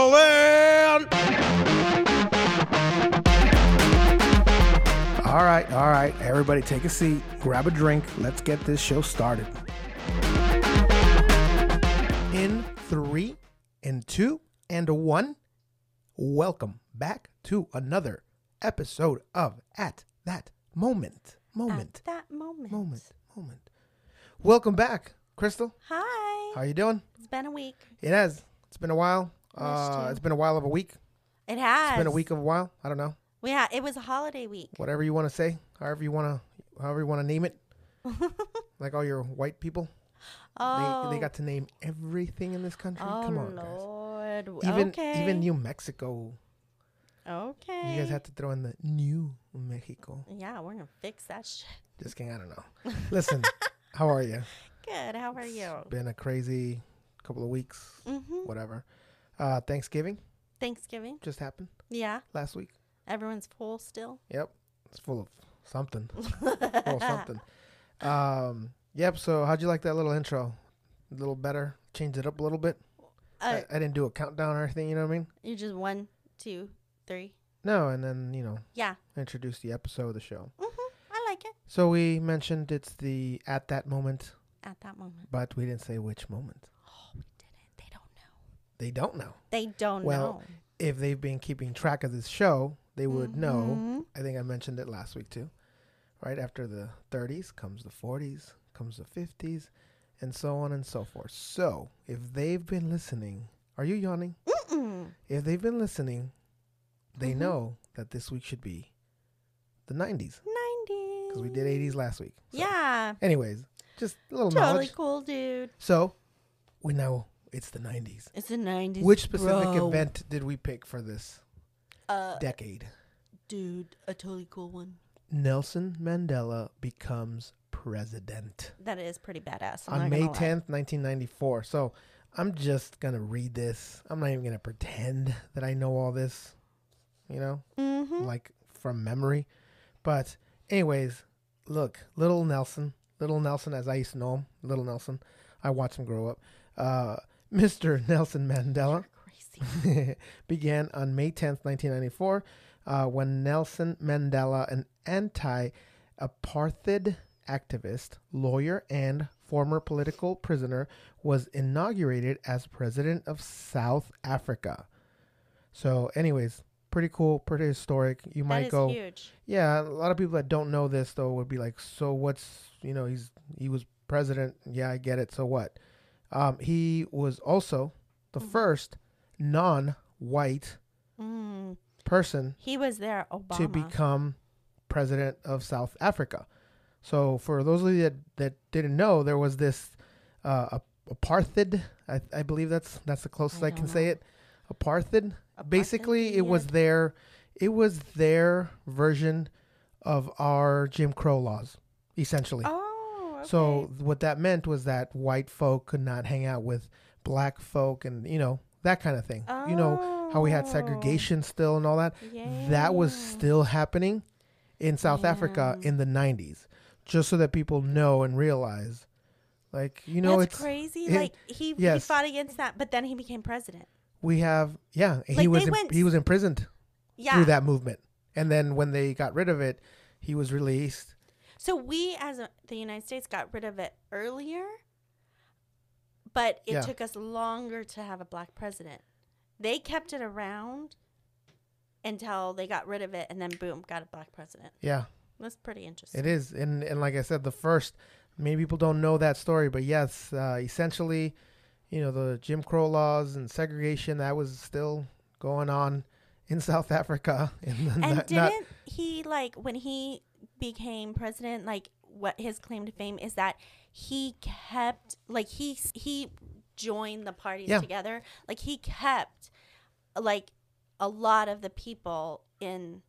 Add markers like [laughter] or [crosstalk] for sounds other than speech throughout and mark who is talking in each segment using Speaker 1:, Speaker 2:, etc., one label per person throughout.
Speaker 1: falling.
Speaker 2: All right, all right. Everybody take a seat, grab a drink. Let's get this show started. In three, in two, and a one, welcome back to another episode of At That Moment. Moment.
Speaker 3: At that moment.
Speaker 2: moment. Moment. Welcome back, Crystal.
Speaker 3: Hi.
Speaker 2: How you doing?
Speaker 3: It's been a week.
Speaker 2: It has. It's been a while.
Speaker 3: Missed
Speaker 2: Uh,
Speaker 3: you.
Speaker 2: it's been a while of a week.
Speaker 3: It has.
Speaker 2: It's been a week of a while. I don't know.
Speaker 3: Yeah, it was a holiday week.
Speaker 2: Whatever you want to say, however you want to, however you want to name
Speaker 3: [laughs]
Speaker 2: it. like all your white people,
Speaker 3: Oh.
Speaker 2: they, they got to name everything in this country.
Speaker 3: Oh
Speaker 2: Come on,
Speaker 3: Lord.
Speaker 2: guys. Even
Speaker 3: okay.
Speaker 2: even New Mexico,
Speaker 3: Okay.
Speaker 2: you guys had to throw in the New Mexico.
Speaker 3: Yeah, we're gonna fix that shit.
Speaker 2: Just kidding. I don't know.
Speaker 3: [laughs]
Speaker 2: Listen, how are you?
Speaker 3: Good. How are you?
Speaker 2: Been a crazy couple of weeks.
Speaker 3: Mm-hmm.
Speaker 2: Whatever. Uh, Thanksgiving
Speaker 3: Thanksgiving.
Speaker 2: just happened
Speaker 3: Yeah.
Speaker 2: last week.
Speaker 3: Everyone's full still.
Speaker 2: Yep. It's full of something.
Speaker 3: [laughs]
Speaker 2: full of something. Um, yep. So, how'd you like that little intro? A little better? Change it up a little bit?
Speaker 3: Uh,
Speaker 2: I, I didn't do a countdown or anything, you know what I mean?
Speaker 3: you just one, two, three.
Speaker 2: No, and then, you know,
Speaker 3: Yeah.
Speaker 2: introduce the episode of the show.
Speaker 3: Mm-hmm. I like it.
Speaker 2: So, we mentioned it's the at that moment,
Speaker 3: At that moment.
Speaker 2: but we didn't say which moment.
Speaker 3: They
Speaker 2: They don't
Speaker 3: don't know.
Speaker 2: know.
Speaker 3: They don't
Speaker 2: Well,
Speaker 3: know.
Speaker 2: If they've been keeping track of this show, they would know.
Speaker 3: Mhm.
Speaker 2: I think I mentioned it last week too. Right after the 30s comes the 40s, comes the 50s, and so on and so forth. So, if they've been listening, are you yawning?
Speaker 3: Mm-mm.
Speaker 2: If they've been listening, they
Speaker 3: Mhm.
Speaker 2: know that this week should be the 90s because
Speaker 3: Nineties.
Speaker 2: we did 80s last week. So,
Speaker 3: Yeah.
Speaker 2: Anyways, just a little
Speaker 3: Totally
Speaker 2: knowledge.
Speaker 3: cool, dude.
Speaker 2: So, we know it's the 90s.
Speaker 3: It's the nineties.
Speaker 2: Which specific event did we pick for this
Speaker 3: Uh,
Speaker 2: decade?
Speaker 3: dude, a totally cool one.
Speaker 2: Nelson Mandela becomes president.
Speaker 3: That is pretty badass. I'm
Speaker 2: on
Speaker 3: not
Speaker 2: May
Speaker 3: gonna lie.
Speaker 2: 10th, 1994. So I'm just going to read this. I'm not even going to pretend that I know all this, you know,
Speaker 3: Mhm.
Speaker 2: like from memory. But, anyways, look, little Nelson, little Nelson, as I used to know him, little Nelson, I watched him grow up. Uh, [laughs] Mr. Nelson Mandela
Speaker 3: Crazy.
Speaker 2: [laughs] began on May 10th, 1994, uh, when Nelson Mandela, an anti apartheid activist, lawyer, and former political prisoner, was inaugurated as president of South Africa. So, anyways, pretty cool, pretty historic. You
Speaker 3: That
Speaker 2: might
Speaker 3: is
Speaker 2: go,
Speaker 3: huge.
Speaker 2: yeah, a lot of people that don't know this though would be like, so what's you know he's he was president. Yeah, I get it. So what? Um, he was also the
Speaker 3: Mhm.
Speaker 2: first non-white
Speaker 3: Mm.
Speaker 2: person
Speaker 3: He was there, Obama.
Speaker 2: to become president of South Africa. So for those of you that, that didn't know, there was this uh, a- apartheid. I, I believe that's that's the closest I,
Speaker 3: I
Speaker 2: can
Speaker 3: don't
Speaker 2: say
Speaker 3: know.
Speaker 2: it. Apartheid basically it was
Speaker 3: Apartheid.
Speaker 2: their it was their version of our Jim Crow laws essentially.
Speaker 3: Oh. Okay.
Speaker 2: So what that meant was that white folk could not hang out with black folk and you know that kind of thing. You know how we had
Speaker 3: Oh.
Speaker 2: segregation still and all that. That was
Speaker 3: Yeah.
Speaker 2: still happening in South Africa
Speaker 3: Yeah.
Speaker 2: in the 90s. Just so that people know and realize like you know
Speaker 3: That's
Speaker 2: it's
Speaker 3: crazy.
Speaker 2: it-
Speaker 3: like he, he
Speaker 2: yes.
Speaker 3: fought against that, but then he became president.
Speaker 2: we have yeah, he
Speaker 3: Like,
Speaker 2: was
Speaker 3: they
Speaker 2: in,
Speaker 3: went
Speaker 2: he was imprisoned.
Speaker 3: Yeah.
Speaker 2: through that movement. And then when they got rid of it, he was released.
Speaker 3: So we, as a, the United States, got rid of it earlier, but it
Speaker 2: Yeah.
Speaker 3: took us longer to have a black president. They kept it around until they got rid of it, and then boom, got a black president.
Speaker 2: Yeah,
Speaker 3: That's pretty interesting.
Speaker 2: it is. And and like I said, the first many people don't know that story, but yes, uh, essentially, you know, the Jim Crow laws and segregation that was still going on in [laughs] South Africa. In [laughs] the,
Speaker 3: and
Speaker 2: not-
Speaker 3: didn't
Speaker 2: not-
Speaker 3: he like when he became president? Like what his claim to fame is that he kept like he he joined the parties
Speaker 2: Yeah.
Speaker 3: together. Like he kept like a lot of the people in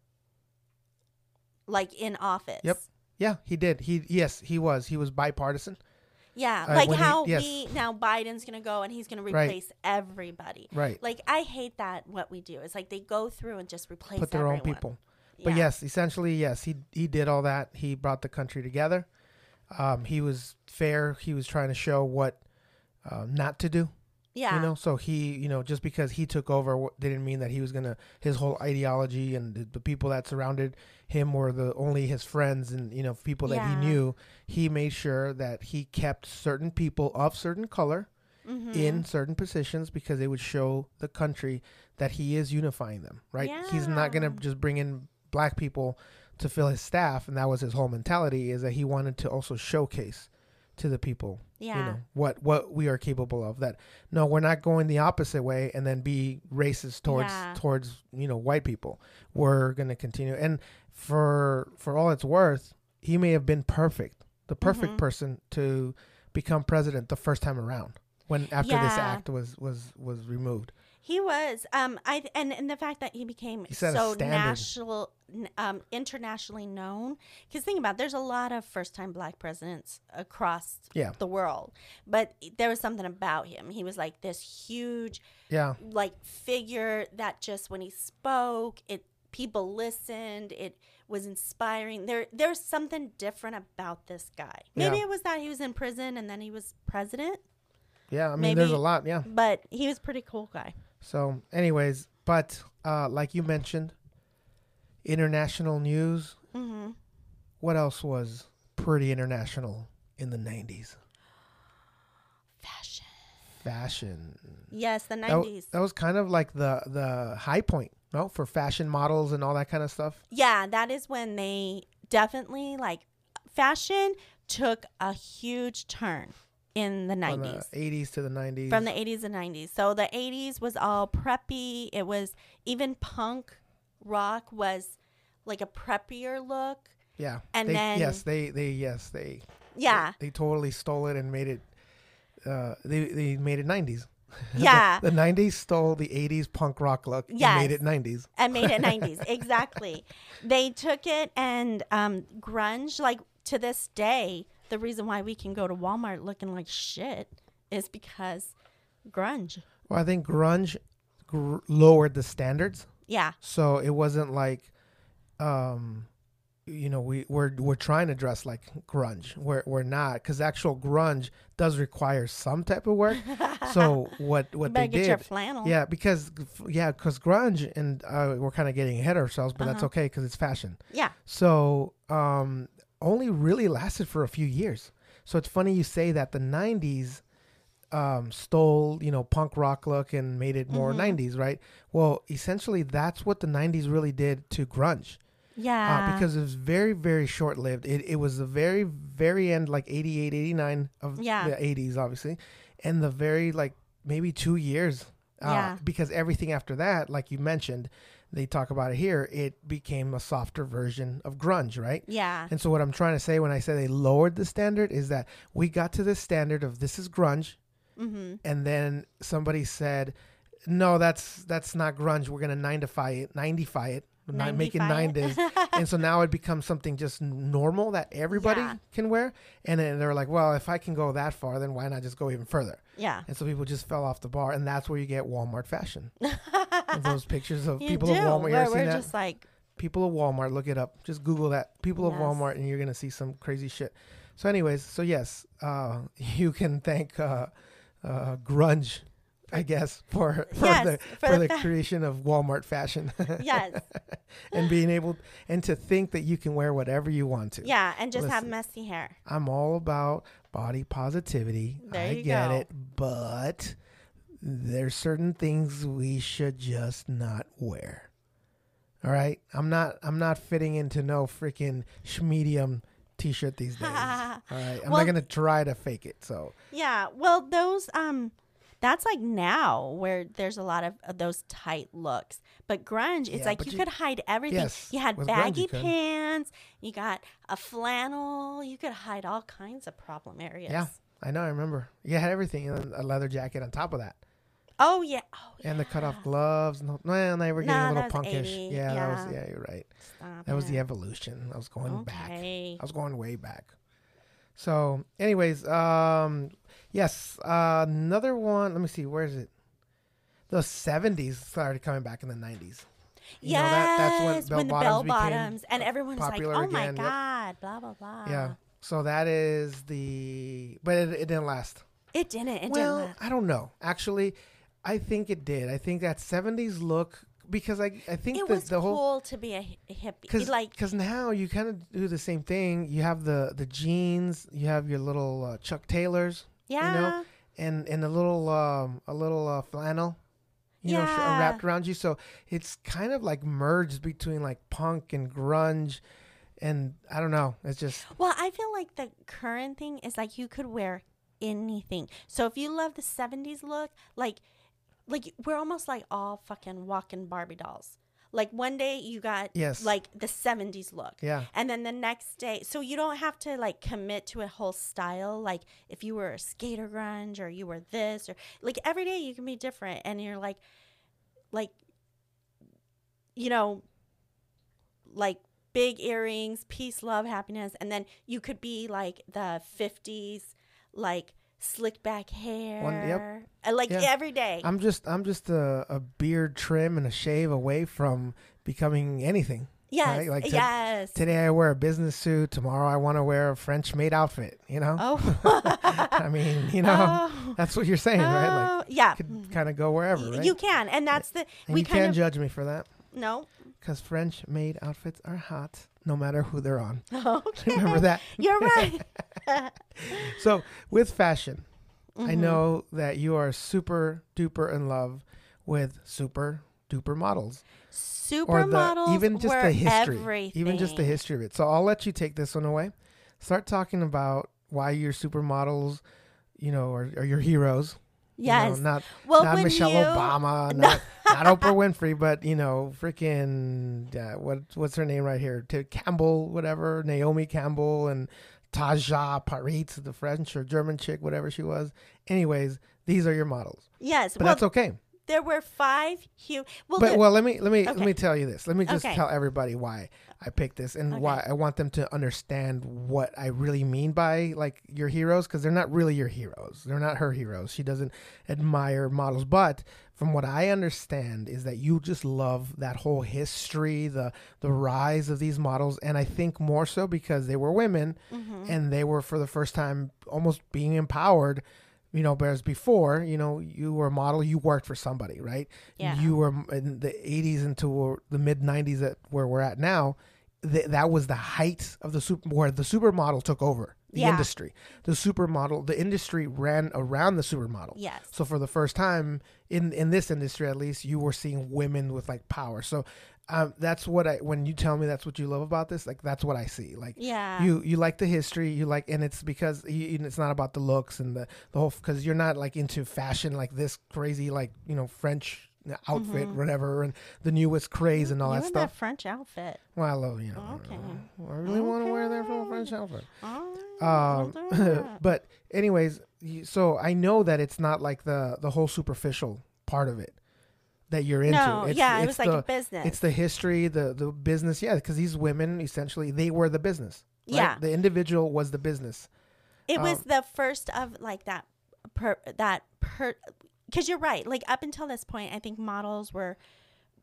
Speaker 3: like in office.
Speaker 2: Yep. yeah, he did. He yes, he was. He was bipartisan.
Speaker 3: Yeah,
Speaker 2: Uh,
Speaker 3: like
Speaker 2: when he-
Speaker 3: how
Speaker 2: yes.
Speaker 3: we now Biden's gonna go and he's gonna
Speaker 2: Right.
Speaker 3: replace everybody.
Speaker 2: Right.
Speaker 3: Like I hate that what we do. It's like they go through and just replace
Speaker 2: Put their own
Speaker 3: everyone.
Speaker 2: people. But
Speaker 3: Yeah.
Speaker 2: yes, essentially, yes, he he did all that. He brought the country together. Um, he was fair. He was trying to show what uh, um, not to do.
Speaker 3: Yeah.
Speaker 2: You know, so he, you know, just because he took over w- didn't mean that he was gonna his whole ideology and the, the people that surrounded him were the only his friends and you know people that
Speaker 3: Yeah.
Speaker 2: he knew. He made sure that he kept certain people of certain color
Speaker 3: Mm-hmm.
Speaker 2: in certain positions because it would show the country that he is unifying them. Right? He's not gonna
Speaker 3: Yeah.
Speaker 2: just bring in black people to fill his staff, and that was his whole mentality is that he wanted to also showcase to the people
Speaker 3: Yeah.
Speaker 2: you know what what we are capable of that no we're not going the opposite way and then be racist towards
Speaker 3: Yeah.
Speaker 2: towards you know white people we're going to continue and for for all it's worth he may have been perfect the perfect
Speaker 3: Mhm.
Speaker 2: person to become president the first time around when after this
Speaker 3: Yeah.
Speaker 2: act was was was removed
Speaker 3: He was. Um, I and, and the fact that he became
Speaker 2: He set a
Speaker 3: so
Speaker 2: standard.
Speaker 3: national, n- um, internationally known. Because think about, it, there's a lot of first-time Black presidents across
Speaker 2: Yeah.
Speaker 3: the world, but there was something about him. He was like this huge,
Speaker 2: yeah
Speaker 3: like figure that just when he spoke, it people listened. It was inspiring. There, there was something different about this guy. Maybe
Speaker 2: Yeah.
Speaker 3: it was that he was in prison and then he was president,
Speaker 2: yeah i mean there's a
Speaker 3: Maybe-
Speaker 2: lot yeah
Speaker 3: but he was a pretty cool guy.
Speaker 2: So, anyways, but uh, like you mentioned, international news.
Speaker 3: Mm-hmm.
Speaker 2: What else was pretty international in the '90s?
Speaker 3: Fashion.
Speaker 2: Fashion.
Speaker 3: Yes, the
Speaker 2: That, w-
Speaker 3: nineties.
Speaker 2: that was kind of like the the high point, no, for fashion models and all that kind of stuff.
Speaker 3: yeah, that is when they definitely like fashion took a huge turn in the
Speaker 2: From
Speaker 3: nineties.
Speaker 2: the '80s to the '90s.
Speaker 3: From the 80s and 90s. So the 80s was all preppy. It was even punk rock was like a preppier look.
Speaker 2: yeah,
Speaker 3: and
Speaker 2: they,
Speaker 3: then-
Speaker 2: yes, they they yes they
Speaker 3: Yeah.
Speaker 2: they totally stole it and made it. Uh, they they made it '90s. [laughs] The-
Speaker 3: Yeah.
Speaker 2: the, '90s stole the '80s punk rock look. Yeah,
Speaker 3: Yes.
Speaker 2: made it '90s.
Speaker 3: and made
Speaker 2: [laughs]
Speaker 3: it 90s exactly they took it and um, grunge like to this day the reason why we can go to walmart looking like shit is because grunge
Speaker 2: Well, I think grunge gr- lowered the standards,
Speaker 3: yeah
Speaker 2: so it wasn't like, um, you know, we we're we're trying to dress like grunge. We're we're not because actual grunge does require some type of work.
Speaker 3: [laughs]
Speaker 2: so what what they
Speaker 3: better get your
Speaker 2: did.
Speaker 3: flannel
Speaker 2: Yeah, because yeah, because grunge and uh, we're kind of getting ahead of ourselves, but that's
Speaker 3: Uh-huh.
Speaker 2: okay because it's fashion.
Speaker 3: yeah
Speaker 2: So, um, only really lasted for a few years. So it's funny you say that the '90s um, stole, you know, punk rock look and made it more '90s, right? Well, essentially, that's what the '90s really did to grunge
Speaker 3: yeah
Speaker 2: uh, because it was very, very short lived. It, it was the very, very end, like 88, 89 of
Speaker 3: Yeah.
Speaker 2: the 80s, obviously, and the very, like, maybe two years. Uh,
Speaker 3: Yeah.
Speaker 2: Because everything after that, like you mentioned, they talk about it here, it became a softer version of grunge, right?
Speaker 3: yeah
Speaker 2: And so, what I'm trying to say when I say they lowered the standard is that we got to this standard of this is grunge,
Speaker 3: mm-hmm.
Speaker 2: and then somebody said, "No, that's that's not grunge. We're gonna ninety-fy it, ninety-fy it, ni- make it
Speaker 3: 90-fy it.
Speaker 2: nineties, and so now it becomes something just n- normal that everybody
Speaker 3: Yeah.
Speaker 2: can wear. And then they're like, "Well, if I can go that far, then why not just go even further?"
Speaker 3: [laughs] yeah [laughs]
Speaker 2: And so people just fell off the bar, and that's where you get Walmart fashion. And those pictures of
Speaker 3: you
Speaker 2: people
Speaker 3: do
Speaker 2: of Walmart, you
Speaker 3: where
Speaker 2: ever
Speaker 3: we're
Speaker 2: seen that?
Speaker 3: just like
Speaker 2: people of Walmart, look it up. Just Google that. People of
Speaker 3: Yes.
Speaker 2: Walmart, and you're gonna see some crazy shit. So, anyways, so yes, uh, [laughs] you can thank uh, uh, grunge, I guess, for [laughs] for
Speaker 3: Yes,
Speaker 2: the
Speaker 3: for
Speaker 2: for the
Speaker 3: the fa-
Speaker 2: creation of Walmart fashion [laughs]
Speaker 3: [laughs] yes
Speaker 2: and being able and to think that you can wear whatever you want to.
Speaker 3: yeah and just have
Speaker 2: Listen.
Speaker 3: messy hair
Speaker 2: I'm all about body positivity.
Speaker 3: There
Speaker 2: I
Speaker 3: you
Speaker 2: get
Speaker 3: go.
Speaker 2: it, but there's certain things we should just not wear. All right, I'm not I'm not fitting into no freaking schmedium t-shirt these
Speaker 3: [laughs]
Speaker 2: days. all right, I'm
Speaker 3: Well-
Speaker 2: not gonna try to fake it. So
Speaker 3: Yeah, well, those um, that's like now where there's a lot of, of those tight looks. But grunge, it's
Speaker 2: Yeah,
Speaker 3: like
Speaker 2: but
Speaker 3: you,
Speaker 2: you-
Speaker 3: could hide everything.
Speaker 2: Yes,
Speaker 3: you had
Speaker 2: with grunge
Speaker 3: baggy
Speaker 2: you could.
Speaker 3: pants. You got a flannel. You could hide all kinds of problem areas.
Speaker 2: yeah, I know I remember. You had everything and then a leather jacket on top of that,
Speaker 3: Oh yeah. Oh yeah.
Speaker 2: and the cutoff gloves. No, well, they were getting
Speaker 3: Nah,
Speaker 2: a little
Speaker 3: that was
Speaker 2: punkish.
Speaker 3: 80,
Speaker 2: yeah, that was
Speaker 3: yeah.
Speaker 2: yeah. You're right.
Speaker 3: Stop
Speaker 2: That was
Speaker 3: it.
Speaker 2: the evolution. I was going back. Oh,
Speaker 3: Okay.
Speaker 2: I was going way back. So, anyways, um, yes, uh, another one. Let me see. Where is it? The seventies started coming back in the nineties.
Speaker 3: yes, when the bell bottoms and everyone's like,
Speaker 2: uh, popular
Speaker 3: "Oh my
Speaker 2: again, yep.
Speaker 3: god," blah blah blah.
Speaker 2: Yeah. So that is the, but it, it didn't last.
Speaker 3: It didn't. It
Speaker 2: well,
Speaker 3: didn't.
Speaker 2: I don't know. Actually, I think it did. I think that 70s look because I I think
Speaker 3: It
Speaker 2: the,
Speaker 3: was
Speaker 2: the whole
Speaker 3: cool to be a hi- hippie.
Speaker 2: Cause,
Speaker 3: like
Speaker 2: 'cause now you kind of do the same thing. You have the the jeans, you have your little uh, Chuck Taylors,
Speaker 3: yeah,
Speaker 2: you know, and and a little um a little uh, flannel, you know, sh- uh,
Speaker 3: Yeah.
Speaker 2: wrapped around you. So it's kind of like merged between like punk and grunge, and I don't know. It's just
Speaker 3: Well, I feel like the current thing is like you could wear anything. So if you love the 70s look, like like we're almost like all fucking walking Barbie dolls. Like one day you got
Speaker 2: Yes.
Speaker 3: like the 70s look.
Speaker 2: yeah,
Speaker 3: And then the next day, so you don't have to like commit to a whole style. Like if you were a skater grunge or you were this or like every day you can be different and you're like, like, you know, like big earrings, peace, love, happiness. And then you could be like the 50s, like slick back hair.
Speaker 2: yep.
Speaker 3: Uh, Like
Speaker 2: Yeah.
Speaker 3: every day.
Speaker 2: I'm just I'm just a, a beard trim and a shave away from becoming anything.
Speaker 3: yes.
Speaker 2: right, like to-
Speaker 3: yes.
Speaker 2: Today I wear a business suit. Tomorrow I want to wear a French maid outfit. You know,
Speaker 3: [laughs] oh.
Speaker 2: I mean, [laughs] you know.
Speaker 3: [laughs] Oh.
Speaker 2: That's what you're saying, right? Like
Speaker 3: Oh, yeah.
Speaker 2: could kind of go wherever,
Speaker 3: Y-
Speaker 2: right?
Speaker 3: You can, and that's the
Speaker 2: and
Speaker 3: we
Speaker 2: you
Speaker 3: kind
Speaker 2: can't
Speaker 3: of
Speaker 2: judge me for that
Speaker 3: no. [laughs]
Speaker 2: [laughs] because French maid outfits are hot no matter who they're on. [laughs]
Speaker 3: Okay,
Speaker 2: Remember
Speaker 3: [laughs]
Speaker 2: that. [laughs]
Speaker 3: you're right.
Speaker 2: So with fashion, I
Speaker 3: Mm-hmm.
Speaker 2: know that you are super duper in love with super duper models or the
Speaker 3: Mm-hmm. Supermodels
Speaker 2: even just
Speaker 3: were
Speaker 2: the history,
Speaker 3: everything.
Speaker 2: even just the history of it. So I'll let you take this one away. Start talking about why your supermodels, you know, are, are your heroes. you know,
Speaker 3: Yes.
Speaker 2: not
Speaker 3: Well,
Speaker 2: not
Speaker 3: when
Speaker 2: Michelle
Speaker 3: you- [laughs]
Speaker 2: Obama, not, not Oprah Winfrey, but you know, freaking uh, what what's her name right here? T- Campbell, whatever, Naomi Campbell, and Taja Parit, the French or German chick, whatever she was. Anyways, these are your models,
Speaker 3: yes.
Speaker 2: but
Speaker 3: well,
Speaker 2: that's okay.
Speaker 3: there were five huge. Well,
Speaker 2: But
Speaker 3: the-
Speaker 2: well, let me let me let
Speaker 3: Okay.
Speaker 2: me tell you this. Let me just
Speaker 3: Okay.
Speaker 2: tell everybody why I picked this and
Speaker 3: Okay.
Speaker 2: why I want them to understand what I really mean by like your heroes because they're not really your heroes. They're not her heroes. She doesn't admire models, but from what I understand is that you just love that whole history, the the rise of these models, and I think more so because they were women
Speaker 3: mm-hmm.
Speaker 2: and they were for the first time almost being empowered. You know, whereas before, you know, you were a model, you worked for somebody, right?
Speaker 3: Yeah.
Speaker 2: you were in the 80s into the mid 90s that where we're at now th- that was the height of the super where the supermodel took over the
Speaker 3: Yeah.
Speaker 2: industry the supermodel the industry ran around the supermodel
Speaker 3: Yes.
Speaker 2: so for the first time in in this industry at least you were seeing women with like power so um, that's what i when you tell me that's what you love about this like that's what i see like
Speaker 3: yeah.
Speaker 2: you you like the history you like and it's because you, you know, it's not about the looks and the the whole because you're not like into fashion like this crazy like you know french outfit whatever and the newest craze and all
Speaker 3: Mm-hmm. You
Speaker 2: that
Speaker 3: in
Speaker 2: stuff
Speaker 3: French outfit.
Speaker 2: well i love you know
Speaker 3: Okay.
Speaker 2: i really want to wear that for a french outfit
Speaker 3: Oh,
Speaker 2: um, [laughs]
Speaker 3: well, there.
Speaker 2: but anyways you- so i know that it's not like the the whole superficial part of it that you're into
Speaker 3: no,
Speaker 2: It's-
Speaker 3: yeah, it
Speaker 2: it's
Speaker 3: was like
Speaker 2: the-
Speaker 3: a business.
Speaker 2: it's the history, the the business, yeah, because these women essentially they were the business. right?
Speaker 3: Yeah.
Speaker 2: the individual was the business.
Speaker 3: It was the first of like that per that per because you're right. Like up until this point, I think models were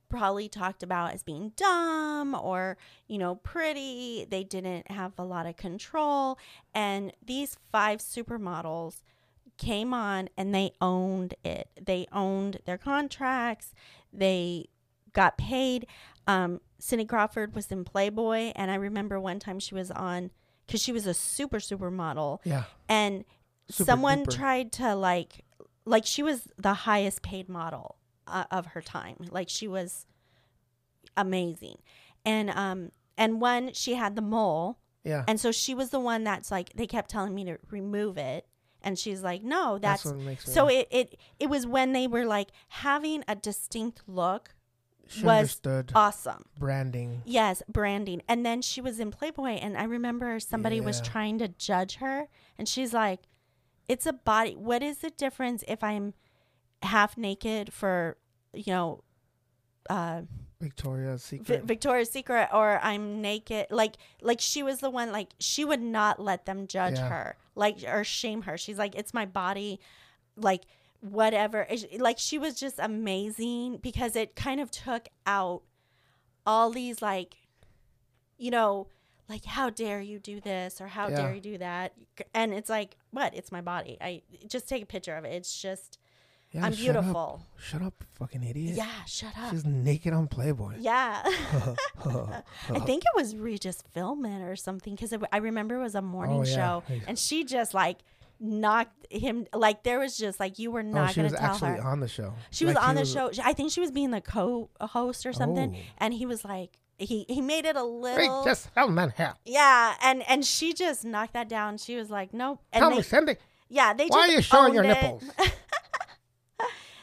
Speaker 3: probably talked about as being dumb or you know pretty. They didn't have a lot of control, and these five supermodels came on and they owned it. They owned their contracts. They got paid. Um, Cindy Crawford was in Playboy, and I remember one time she was on because she was a super supermodel
Speaker 2: Yeah,
Speaker 3: and
Speaker 2: Super
Speaker 3: someone
Speaker 2: duper.
Speaker 3: tried to like like she was the highest paid model uh, of her time like she was amazing and um and one she had the mole
Speaker 2: yeah.
Speaker 3: and so she was the one that's like they kept telling me to remove it and she's like no that's,
Speaker 2: what makes me
Speaker 3: so it, it it was when they were like having a distinct look
Speaker 2: She
Speaker 3: was
Speaker 2: understood
Speaker 3: awesome
Speaker 2: branding.
Speaker 3: Yes, branding. And then she was in Playboy, and I remember somebody was
Speaker 2: Yeah.
Speaker 3: trying to judge her, and she's like, "It's a body. What is the difference if I'm half naked for you know, uh,
Speaker 2: Victoria's
Speaker 3: v-
Speaker 2: Secret.
Speaker 3: Victoria's Secret, or I'm naked? Like, like she was the one. Like she would not let them judge
Speaker 2: Yeah.
Speaker 3: her, like or shame her. She's like, "It's my body. Like." Whatever, It's- like she was just amazing because it kind of took out all these like you know like how dare you do this or how
Speaker 2: Yeah.
Speaker 3: dare you do that and it's like what it's my body i just take a picture of it it's just
Speaker 2: Yeah,
Speaker 3: i'm
Speaker 2: shut up.
Speaker 3: beautiful
Speaker 2: Shut up, fucking idiot.
Speaker 3: yeah shut up
Speaker 2: She's naked on Playboy.
Speaker 3: [laughs] yeah i think it was regis philbin or something because i remember it was a morning
Speaker 2: Oh, yeah.
Speaker 3: show
Speaker 2: Hey.
Speaker 3: and she just like knocked him like there was just like you were
Speaker 2: oh,
Speaker 3: not
Speaker 2: she
Speaker 3: gonna
Speaker 2: was
Speaker 3: tell
Speaker 2: actually
Speaker 3: her
Speaker 2: on the show.
Speaker 3: she was
Speaker 2: Like,
Speaker 3: on the show. She- I think she was being the co-host or something,
Speaker 2: Oh.
Speaker 3: and he was like, he he made it a
Speaker 2: Hey,
Speaker 3: little,
Speaker 2: just hell man here.
Speaker 3: yeah, and and she just knocked that down. She was like, nope. And
Speaker 2: Tell
Speaker 3: they,
Speaker 2: me, Cindy,
Speaker 3: yeah, they
Speaker 2: why are
Speaker 3: just
Speaker 2: you showing
Speaker 3: owned
Speaker 2: your
Speaker 3: it.
Speaker 2: nipples?
Speaker 3: [laughs]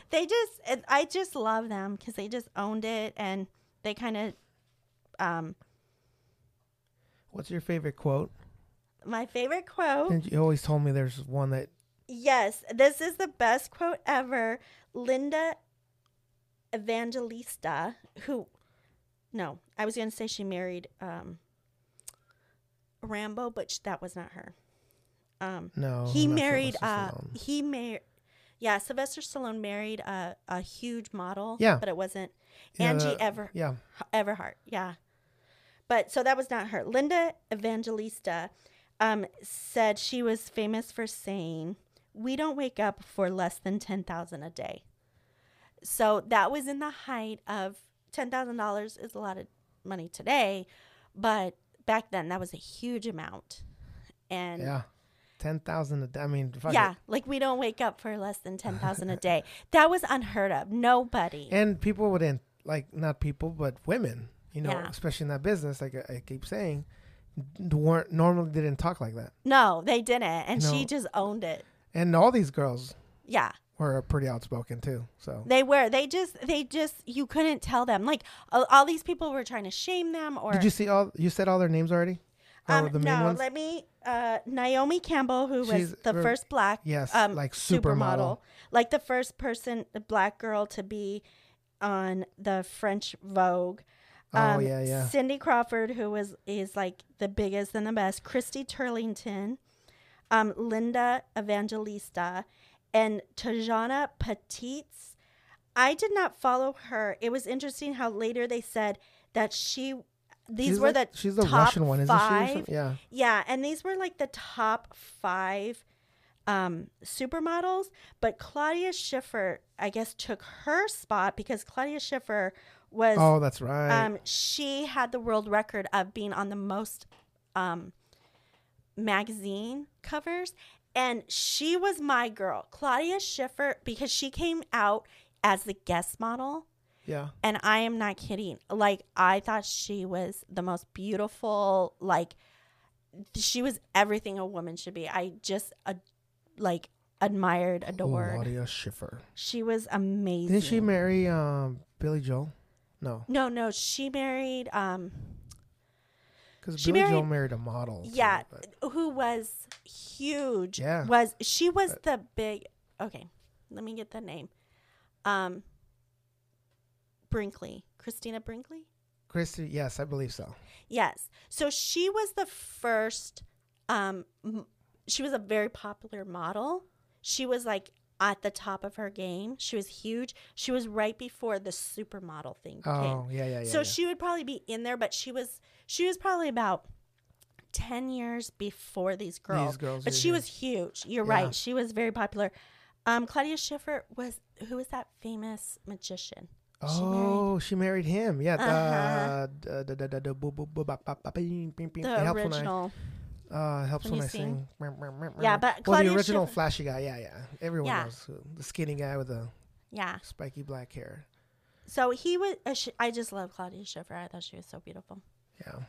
Speaker 3: They just, and I just love them because they just owned it, and they kind of, um,
Speaker 2: What's your favorite quote?
Speaker 3: my favorite quote.
Speaker 2: And you always told me there's one that
Speaker 3: Yes, this is the best quote ever. Linda Evangelista, who, no, I was going to say she married um, Rambo, but sh- that was not her. Um,
Speaker 2: no.
Speaker 3: he
Speaker 2: Oh, not
Speaker 3: married,
Speaker 2: Sylvester
Speaker 3: uh,
Speaker 2: Stallone.
Speaker 3: he married, yeah, Sylvester Stallone married a, a huge model.
Speaker 2: Yeah.
Speaker 3: But it wasn't
Speaker 2: Yeah,
Speaker 3: Angie
Speaker 2: the-
Speaker 3: Ever
Speaker 2: Yeah,
Speaker 3: Everhart, yeah. But so that was not her. Linda Evangelista um, said she was famous for saying, "We don't wake up for less than ten thousand a day." So that was in the height of ten thousand dollars is a lot of money today, but back then that was a huge amount, and
Speaker 2: yeah. Ten thousand. I mean, fuck
Speaker 3: yeah,
Speaker 2: It.
Speaker 3: like we don't wake up for less than ten
Speaker 2: [laughs]
Speaker 3: thousand a day. That was unheard of. Nobody.
Speaker 2: And people wouldn't like not people, but women. You know,
Speaker 3: Yeah.
Speaker 2: especially in that business, like I, I keep saying, d- weren't normally didn't talk like that.
Speaker 3: no, they didn't, and
Speaker 2: No.
Speaker 3: she just owned it.
Speaker 2: And all these girls
Speaker 3: Yeah.
Speaker 2: were pretty outspoken too. So
Speaker 3: They were. They just. They just. You couldn't tell them. Like all, all these people were trying to shame them. Or
Speaker 2: did you see all? You said all their names already? All
Speaker 3: um,
Speaker 2: of the main
Speaker 3: no.
Speaker 2: ones.
Speaker 3: Let me. Uh, Naomi Campbell, who was
Speaker 2: She's
Speaker 3: the
Speaker 2: re-
Speaker 3: first black.
Speaker 2: Yes,
Speaker 3: Um,
Speaker 2: like supermodel.
Speaker 3: supermodel. Like the first person, the black girl to be on the French Vogue.
Speaker 2: Oh, yeah, yeah.
Speaker 3: Um, Cindy Crawford, who was is like the biggest and the best. Christy Turlington, um, Linda Evangelista, and Tajana Petites. I did not follow her. It was interesting how later they said that she. These
Speaker 2: She's
Speaker 3: were
Speaker 2: like-
Speaker 3: the
Speaker 2: she's the
Speaker 3: top
Speaker 2: Russian one, isn't she? or
Speaker 3: five.
Speaker 2: something? Yeah.
Speaker 3: Yeah, and these were like the top five um, supermodels, but Claudia Schiffer, I guess, took her spot because Claudia Schiffer was
Speaker 2: Oh, that's right.
Speaker 3: um, she had the world record of being on the most um, magazine covers, and she was my girl, Claudia Schiffer, because she came out as the guest model.
Speaker 2: yeah.
Speaker 3: And I am not kidding. Like I thought she was the most beautiful. Like she was everything a woman should be. I just uh, like admired, adored.
Speaker 2: Claudia Schiffer.
Speaker 3: she was amazing.
Speaker 2: Didn't she marry um, Billy Joel? No,
Speaker 3: no, no, she married. Um,
Speaker 2: because
Speaker 3: She
Speaker 2: Billy Joel
Speaker 3: married-
Speaker 2: married a model. too,
Speaker 3: yeah,
Speaker 2: but-
Speaker 3: who was huge.
Speaker 2: Yeah.
Speaker 3: was she was the big. Okay, let me get the name. Um, Brinkley, Christina Brinkley.
Speaker 2: Christy, yes, I believe so.
Speaker 3: Yes. So she was the first. Um, m- she was a very popular model. She was like at the top of her game. She was huge. She was right before the supermodel thing
Speaker 2: Oh,
Speaker 3: came.
Speaker 2: yeah, yeah, yeah.
Speaker 3: so
Speaker 2: yeah.
Speaker 3: she would probably be in there, but she was she was probably about ten years before these girls.
Speaker 2: These girls
Speaker 3: but
Speaker 2: are
Speaker 3: she
Speaker 2: here.
Speaker 3: was huge. You're
Speaker 2: Yeah.
Speaker 3: right. She was very popular. Um, Claudia Schiffer was who was that famous magician? She married-
Speaker 2: Oh, she married him. Yeah. uh,
Speaker 3: Uh-huh.
Speaker 2: The, the, the, the, the, boo- boo- boo- ba- ba- ba- bing- bing- bing. It
Speaker 3: the
Speaker 2: helps when I-
Speaker 3: original.
Speaker 2: Uh, it helps
Speaker 3: when
Speaker 2: when
Speaker 3: you
Speaker 2: I
Speaker 3: sing.
Speaker 2: sing.
Speaker 3: Yeah, but
Speaker 2: well,
Speaker 3: Claudia
Speaker 2: the original
Speaker 3: Schiffer-
Speaker 2: flashy guy. Yeah, yeah. Everyone
Speaker 3: Yeah.
Speaker 2: knows who- the skinny guy with the
Speaker 3: yeah.
Speaker 2: spiky black hair.
Speaker 3: So he was. Uh, sh- I just love Claudia Schiffer. I thought she was so beautiful.
Speaker 2: Yeah.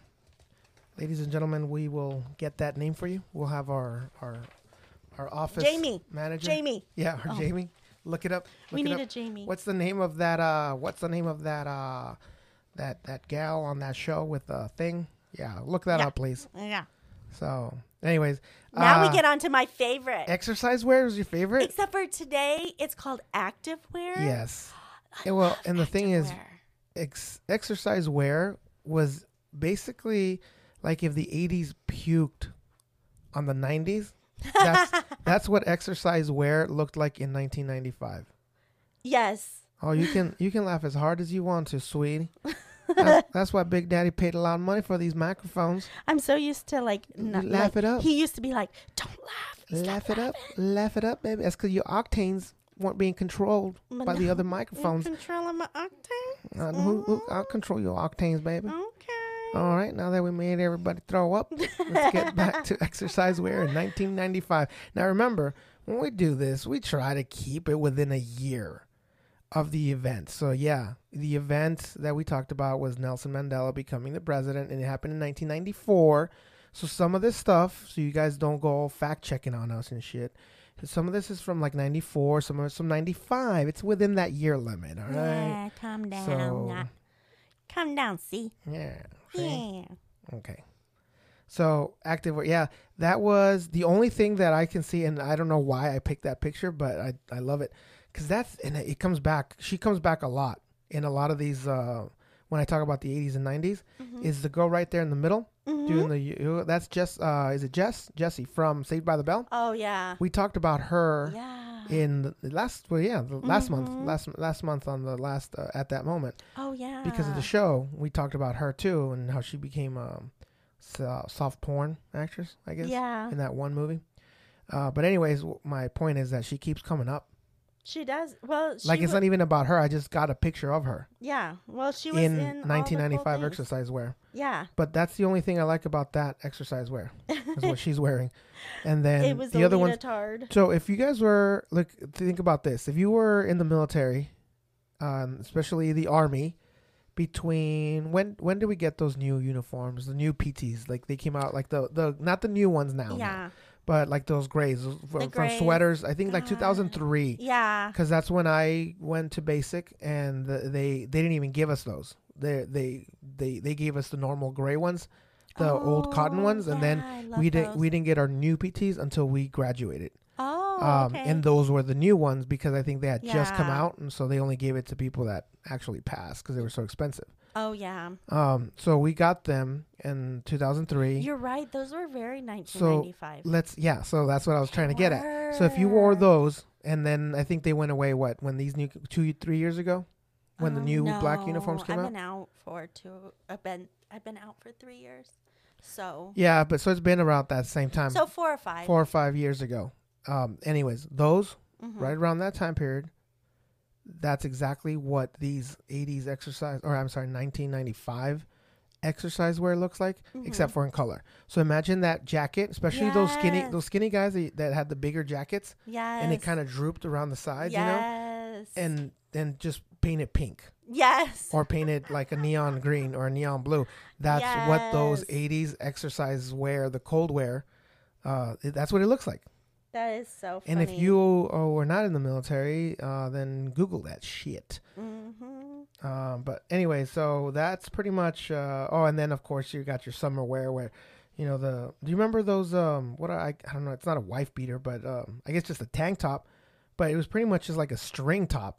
Speaker 2: Ladies and gentlemen, we will get that name for you. We'll have our our our office
Speaker 3: Jamie.
Speaker 2: manager.
Speaker 3: Jamie.
Speaker 2: Yeah, [laughs] or
Speaker 3: Oh.
Speaker 2: Jamie. Look it up.
Speaker 3: We
Speaker 2: Look it
Speaker 3: need
Speaker 2: up.
Speaker 3: a Jamie.
Speaker 2: What's the name of that? Uh, what's the name of that? Uh, that that gal on that show with the thing. Yeah, look that
Speaker 3: Yeah.
Speaker 2: up, please.
Speaker 3: Yeah.
Speaker 2: So, anyways,
Speaker 3: Now
Speaker 2: uh,
Speaker 3: we get on to my favorite.
Speaker 2: exercise wear is your favorite.
Speaker 3: Except for today, it's called active wear.
Speaker 2: yes. And well, and the thing is, ex- exercise wear was basically like if the 80s puked on the 90s that's
Speaker 3: [laughs]
Speaker 2: that's what exercise wear looked like in 1995
Speaker 3: yes. [laughs]
Speaker 2: oh you can you can laugh as hard as you want to sweetie That's, that's why Big Daddy paid a lot of money for these microphones.
Speaker 3: I'm so used to like not,
Speaker 2: Laugh
Speaker 3: like,
Speaker 2: it up.
Speaker 3: He used to be like, "Don't laugh, stop
Speaker 2: laugh it up, laugh it up, baby. That's because your octanes weren't being controlled
Speaker 3: But
Speaker 2: by the
Speaker 3: no,
Speaker 2: other
Speaker 3: You're
Speaker 2: microphones.
Speaker 3: Controlling my octave.
Speaker 2: Uh, who, who, I'll control your octanes, baby.
Speaker 3: Oh, Okay.
Speaker 2: All right, now that we made everybody throw up, let's
Speaker 3: [laughs]
Speaker 2: get back to exercise wear in 1995. Now, remember, when we do this, we try to keep it within a year of the event. So, yeah, the event that we talked about was Nelson Mandela becoming the president, and it happened in 1994. So, some of this stuff, so you guys don't go all fact checking on us and shit. Some of this is from like 94, some of it's from 95. It's within that year limit, all right?
Speaker 3: Yeah, calm down.
Speaker 2: So-
Speaker 3: uh, Calm down, see?
Speaker 2: Yeah. see?
Speaker 3: Yeah.
Speaker 2: Okay. So active, yeah, that was the only thing that I can see, and I don't know why I picked that picture, but I I love it because that's and it comes back. She comes back a lot in a lot of these. Uh, when I talk about the '80s and '90s,
Speaker 3: Mm-hmm.
Speaker 2: is the girl right there in the middle doing the you? That's Jess. Uh, is it Jess? Jesse from Saved by the Bell.
Speaker 3: Oh, yeah.
Speaker 2: We talked about her
Speaker 3: Yeah.
Speaker 2: in the last. Well, yeah, the last month, last last month on the last uh, at that moment
Speaker 3: Oh, yeah.
Speaker 2: because of the show. We talked about her too and how she became um, so, soft porn actress, I guess,
Speaker 3: Yeah.
Speaker 2: in that one movie. Uh, but anyways, w- my point is that she keeps coming up.
Speaker 3: She does. Well, she
Speaker 2: Like it's
Speaker 3: wa-
Speaker 2: not even about her. I just got a picture of her
Speaker 3: Yeah. Well, she
Speaker 2: in,
Speaker 3: was in, all the cool
Speaker 2: 1995
Speaker 3: things.
Speaker 2: exercise wear.
Speaker 3: Yeah.
Speaker 2: But that's the only thing I like about that exercise wear
Speaker 3: [laughs]
Speaker 2: is what she's wearing. And then
Speaker 3: it was
Speaker 2: the
Speaker 3: a
Speaker 2: other ones.
Speaker 3: leotard.
Speaker 2: So if you guys were look, think about this. If you were in the military, um, especially the army, between when when did we get those new uniforms, the new PTs? Like they came out like the the not the new ones now, no,
Speaker 3: Yeah.
Speaker 2: but like those grays those from, from
Speaker 3: grays. Ah,
Speaker 2: sweaters. I think like
Speaker 3: God.
Speaker 2: 2003,
Speaker 3: Yeah.
Speaker 2: because that's when I went to basic, and the, they they didn't even give us those. They they they they gave us the normal gray ones, the old cotton
Speaker 3: Oh,
Speaker 2: ones, and then.
Speaker 3: yeah, I love
Speaker 2: We didn't
Speaker 3: those.
Speaker 2: we didn't get our new PTs until we graduated
Speaker 3: Oh,
Speaker 2: um,
Speaker 3: okay.
Speaker 2: and those were the new ones because I think they had just come
Speaker 3: Yeah.
Speaker 2: out, and so they only gave it to people that actually passed because they were so expensive.
Speaker 3: oh yeah,
Speaker 2: Um, so we got them in 2003.
Speaker 3: you're right. Those were very 1995.
Speaker 2: Let's yeah, so that's what I was trying to get at. So if you wore
Speaker 3: Word.
Speaker 2: those, and then I think they went away what when these new two three years ago, when the
Speaker 3: Um,
Speaker 2: new black
Speaker 3: no,
Speaker 2: uniforms came
Speaker 3: I've
Speaker 2: out.
Speaker 3: been out for two. I've been I've been out for three years, so
Speaker 2: Yeah, but so it's been around that same time,
Speaker 3: so four or five.
Speaker 2: four or five years ago. Um, anyways, those
Speaker 3: Mhm.
Speaker 2: right around that time period that's exactly what these 80s exercise or i'm sorry 1995 exercise wear looks like
Speaker 3: Mm-hmm.
Speaker 2: except for in color so imagine that jacket especially those skinny
Speaker 3: Yes.
Speaker 2: those skinny guys that, that had the bigger jackets
Speaker 3: Yes.
Speaker 2: and they kind of drooped around the sides
Speaker 3: Yes.
Speaker 2: you know and then just paint it pink
Speaker 3: yes.
Speaker 2: or paint it like a neon green or a neon blue that's what those
Speaker 3: Yes.
Speaker 2: 80s exercise wear the cold wear uh, that's what it looks like
Speaker 3: that is so funny.
Speaker 2: and if you uh, were not in the military, uh, then Google that shit.
Speaker 3: Mhm.
Speaker 2: Um, but anyway, so that's pretty much. Uh, oh, and then of course you got your summer wear, where you know the. Do you remember those? Um, what are, I I don't know. It's not a wife beater, but um, I guess just a tank top. But it was pretty much just like a string top.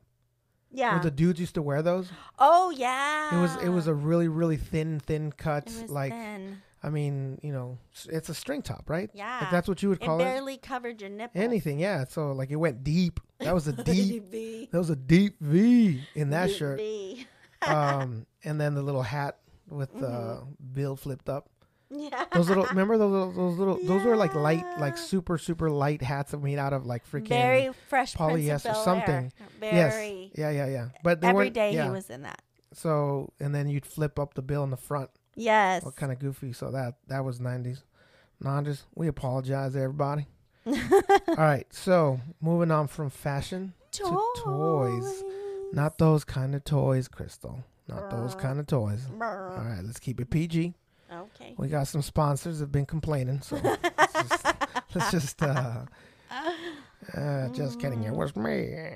Speaker 3: yeah.
Speaker 2: Where the dudes used to wear those.
Speaker 3: oh yeah.
Speaker 2: It was it was a really really thin thin cut.
Speaker 3: Ah. It was
Speaker 2: Like
Speaker 3: thin.
Speaker 2: I mean you know s- it's a string top, right?
Speaker 3: Yeah.
Speaker 2: Like that's what you would
Speaker 3: it
Speaker 2: call it.
Speaker 3: barely covered your nipple.
Speaker 2: Anything, yeah. So like it went deep. That
Speaker 3: [laughs]
Speaker 2: was a deep
Speaker 3: DB.
Speaker 2: There was a deep V in [laughs] that shirt.
Speaker 3: DB.
Speaker 2: Um, and then the little hat with the
Speaker 3: Mm-hmm.
Speaker 2: bill flipped up.
Speaker 3: [laughs] Yeah.
Speaker 2: Those little, remember those little, those little, those were like light, like super, super light hats that were made out of like freaking
Speaker 3: Very fresh
Speaker 2: polyester
Speaker 3: Prince of
Speaker 2: something. Yes.
Speaker 3: Very.
Speaker 2: Yeah, yeah, yeah. But they
Speaker 3: Every
Speaker 2: weren't-
Speaker 3: day
Speaker 2: yeah.
Speaker 3: he was in that.
Speaker 2: So, and then you'd flip up the bill in the front.
Speaker 3: Yes. [laughs]
Speaker 2: What kind of goofy? So that that was nineties. Nineties. We apologize, everybody. [laughs] All right. So moving on from fashion to toys. Not those kind of toys, Crystal. Not those kind of toys.
Speaker 3: Uh-huh.
Speaker 2: All right, let's keep it PG.
Speaker 3: Okay.
Speaker 2: We got some sponsors that have been complaining, so let's just, let's just uh, uh, just kidding. It was me.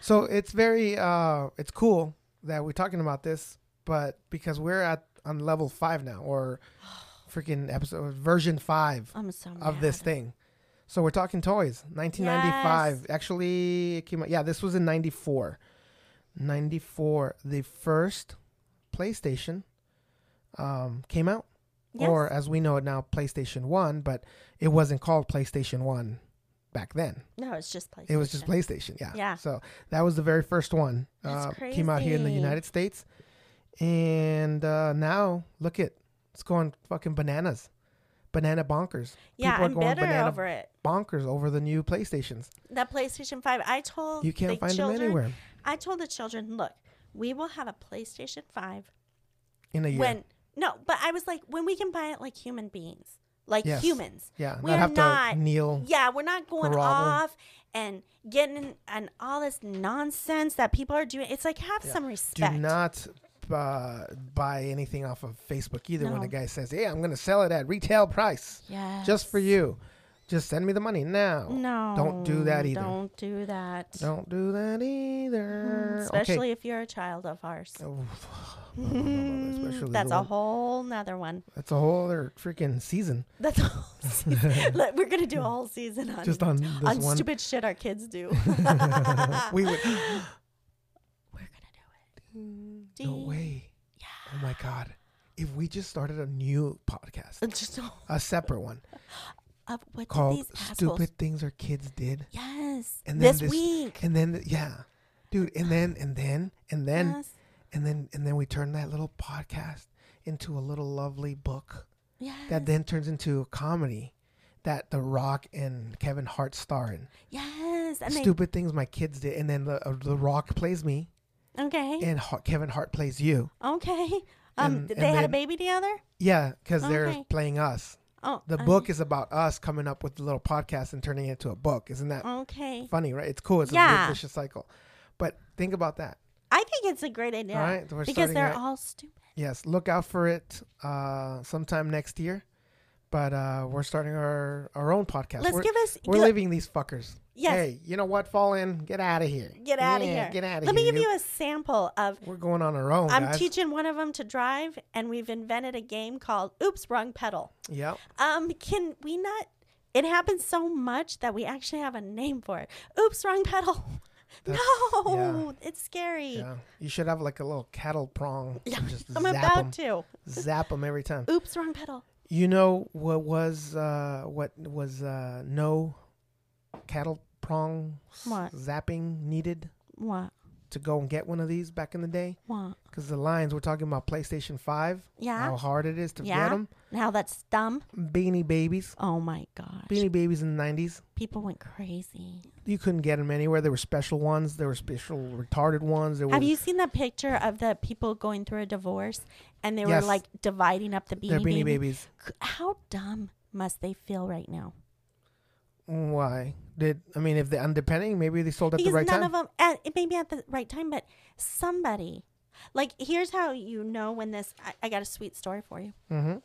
Speaker 2: so it's very uh, it's cool that we're talking about this, but because we're at on level five now, or freaking episode version five
Speaker 3: I'm so mad.
Speaker 2: of this thing. So we're talking toys. 1995.
Speaker 3: Yes.
Speaker 2: Actually, it came out. Yeah, this was in 94. 94, the first PlayStation um, came out.
Speaker 3: Yes.
Speaker 2: Or as we know it now, PlayStation 1, but it wasn't called PlayStation 1 back then.
Speaker 3: No, it's just PlayStation.
Speaker 2: It was just PlayStation. Yeah.
Speaker 3: Yeah.
Speaker 2: So that was the very first one. uh,
Speaker 3: That's
Speaker 2: Came out here in the
Speaker 3: crazy.
Speaker 2: United States, and uh, now look it, it's going fucking bananas, banana bonkers.
Speaker 3: Yeah,
Speaker 2: People are
Speaker 3: I'm
Speaker 2: going
Speaker 3: bitter
Speaker 2: banana
Speaker 3: over it.
Speaker 2: bonkers over the new PlayStations.
Speaker 3: That PlayStation 5, I told
Speaker 2: You can't
Speaker 3: the
Speaker 2: find
Speaker 3: Oh, children,
Speaker 2: them anywhere
Speaker 3: I told the children, look, we will have a PlayStation 5
Speaker 2: in a year.
Speaker 3: when no, but I was like, when we can buy it like human beings, like
Speaker 2: Yes.
Speaker 3: humans.
Speaker 2: yeah,
Speaker 3: we
Speaker 2: not
Speaker 3: are
Speaker 2: have
Speaker 3: not-
Speaker 2: to kneel.
Speaker 3: Yeah, we're not going
Speaker 2: Grovel.
Speaker 3: off and getting and all this nonsense that people are doing. It's like have some
Speaker 2: Do
Speaker 3: respect.
Speaker 2: not uh, buy anything off of Facebook either. When
Speaker 3: No.
Speaker 2: a guy says, "Hey, I'm going to sell it at retail price
Speaker 3: yes.
Speaker 2: just for you," just send me the money now.
Speaker 3: No.
Speaker 2: don't do that either.
Speaker 3: Don't do that.
Speaker 2: Don't do that either.
Speaker 3: Mm, Especially if you're a child of ours.
Speaker 2: Okay. Oh, no, no, no, especially
Speaker 3: That's
Speaker 2: the
Speaker 3: a
Speaker 2: one-
Speaker 3: whole nother one.
Speaker 2: That's a whole other freaking season.
Speaker 3: That's a whole [laughs]
Speaker 2: [laughs]
Speaker 3: season. Look, We're gonna do a whole season on
Speaker 2: Just on this
Speaker 3: on
Speaker 2: one.
Speaker 3: stupid uh, shit our kids
Speaker 2: [laughs]
Speaker 3: do. [laughs]
Speaker 2: we would.
Speaker 3: We're gonna do it.
Speaker 2: No way. Oh my god. If we just started a new podcast,
Speaker 3: Just
Speaker 2: a separate one
Speaker 3: of what did
Speaker 2: called
Speaker 3: these assholes?
Speaker 2: "Stupid Things Our Kids Did,"
Speaker 3: Yes.
Speaker 2: and then
Speaker 3: this, week.
Speaker 2: and then yeah, dude, and then and then and then
Speaker 3: yes.
Speaker 2: and then and then we turn that little podcast into a little lovely book
Speaker 3: Yes.
Speaker 2: that then turns into a comedy that The Rock and Kevin Hart star in.
Speaker 3: yes. And
Speaker 2: stupid things my kids did, and then the, uh, the Rock plays me,
Speaker 3: they okay.
Speaker 2: and Har- Kevin Hart plays you.
Speaker 3: okay. Um
Speaker 2: and-
Speaker 3: did
Speaker 2: and
Speaker 3: they had a
Speaker 2: then-
Speaker 3: baby together?
Speaker 2: Yeah, because they're
Speaker 3: Okay.
Speaker 2: playing us.
Speaker 3: Oh
Speaker 2: The
Speaker 3: I-
Speaker 2: book is about us coming up with a little podcast and turning it into a book. Isn't that
Speaker 3: Okay.
Speaker 2: funny? Right? It's cool. It's a
Speaker 3: Yeah.
Speaker 2: weird vicious cycle. But think about that.
Speaker 3: I think it's a great idea.
Speaker 2: All right, we're
Speaker 3: because
Speaker 2: starting
Speaker 3: they're
Speaker 2: right-
Speaker 3: all stupid.
Speaker 2: Yes, look out for it uh, sometime next year. But uh, we're starting our, our own podcast.
Speaker 3: Let's
Speaker 2: we're,
Speaker 3: give us-
Speaker 2: We're
Speaker 3: look-
Speaker 2: leaving these fuckers.
Speaker 3: Yes.
Speaker 2: Hey, you know what? Fall in. Get out of here.
Speaker 3: Get out of
Speaker 2: Yeah,
Speaker 3: here.
Speaker 2: Get out of here.
Speaker 3: Let me give you a sample of
Speaker 2: We're going on our own.
Speaker 3: I'm
Speaker 2: Oh, guys.
Speaker 3: teaching one of them to drive, and we've invented a game called Oops, Wrong Pedal.
Speaker 2: Yep.
Speaker 3: Um, can we not? It happens so much that we actually have a name for it. Oops, wrong pedal. [laughs]
Speaker 2: That's-
Speaker 3: no, it's scary.
Speaker 2: Yeah, you should have like a little cattle prong. Yeah, just
Speaker 3: I'm
Speaker 2: zap
Speaker 3: about
Speaker 2: 'em.
Speaker 3: to.
Speaker 2: Zap 'em every time.
Speaker 3: Oops, wrong pedal.
Speaker 2: You know what was uh what was uh no cattle prong s-
Speaker 3: What?
Speaker 2: zapping needed
Speaker 3: What?
Speaker 2: to go and get one of these back in the day?
Speaker 3: What?
Speaker 2: Because the lines we're talking about PlayStation Five.
Speaker 3: Yeah.
Speaker 2: How hard it is to get 'em.
Speaker 3: Yeah. Now that's dumb.
Speaker 2: Beanie Babies.
Speaker 3: Oh my gosh.
Speaker 2: Beanie Babies in the nineties.
Speaker 3: People went crazy.
Speaker 2: You couldn't get them anywhere. There were special ones. There were special retarded ones. There were
Speaker 3: Have you seen that picture of the people going through a divorce and they
Speaker 2: Yes.
Speaker 3: were like dividing up the beanie,
Speaker 2: they're Beanie
Speaker 3: Baby-
Speaker 2: Babies.
Speaker 3: C- How dumb must they feel right now?
Speaker 2: Why did I mean if they? I'm depending. Maybe they sold at
Speaker 3: because
Speaker 2: the right
Speaker 3: none
Speaker 2: time.
Speaker 3: of them at, it may be at the right time but somebody like here's how you know when this i, I got a sweet story for you
Speaker 2: mm-hmm.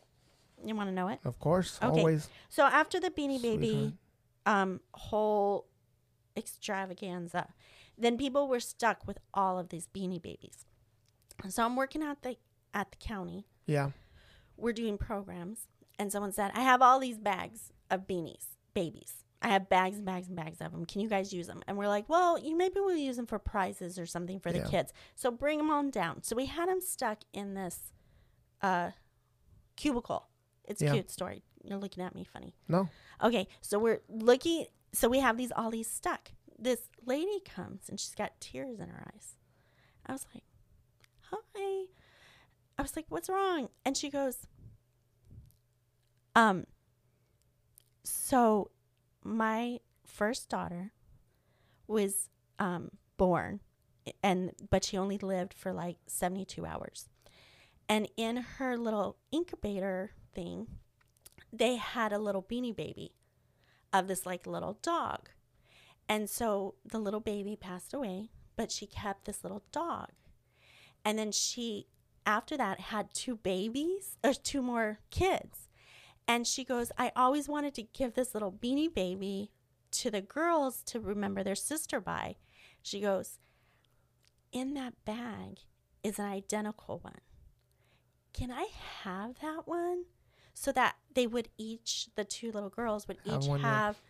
Speaker 3: you want to know it
Speaker 2: Of course,
Speaker 3: Okay.
Speaker 2: always.
Speaker 3: so after the beanie
Speaker 2: Sweetheart.
Speaker 3: baby um whole extravaganza then people were stuck with all of these beanie babies so i'm working at the at the county
Speaker 2: Yeah.
Speaker 3: we're doing programs and someone said i have all these bags of beanies babies i have bags and bags and bags of them can you guys use them and we're like well you maybe we'll use them for prizes or something for
Speaker 2: Yeah.
Speaker 3: the kids so bring them on down so we had them stuck in this uh, cubicle it's
Speaker 2: Yeah.
Speaker 3: a cute story you're looking at me funny
Speaker 2: No.
Speaker 3: Okay, so we're looking. So we have these all these stuck. This lady comes and she's got tears in her eyes. I was like, "Hi." I was like, "What's wrong?" And she goes, "Um. So, my first daughter was um born, and but she only lived for like seventy two hours, and in her little incubator thing." they had a little beanie baby of this like little dog. And so the little baby passed away, but she kept this little dog. And then she, after that, had two babies or two more kids. And she goes, I always wanted to give this little beanie baby to the girls to remember their sister by. She goes, In that bag is an identical one. Can I have that one? So that they would each, the two little girls would
Speaker 2: Have
Speaker 3: each
Speaker 2: one, yeah.
Speaker 3: have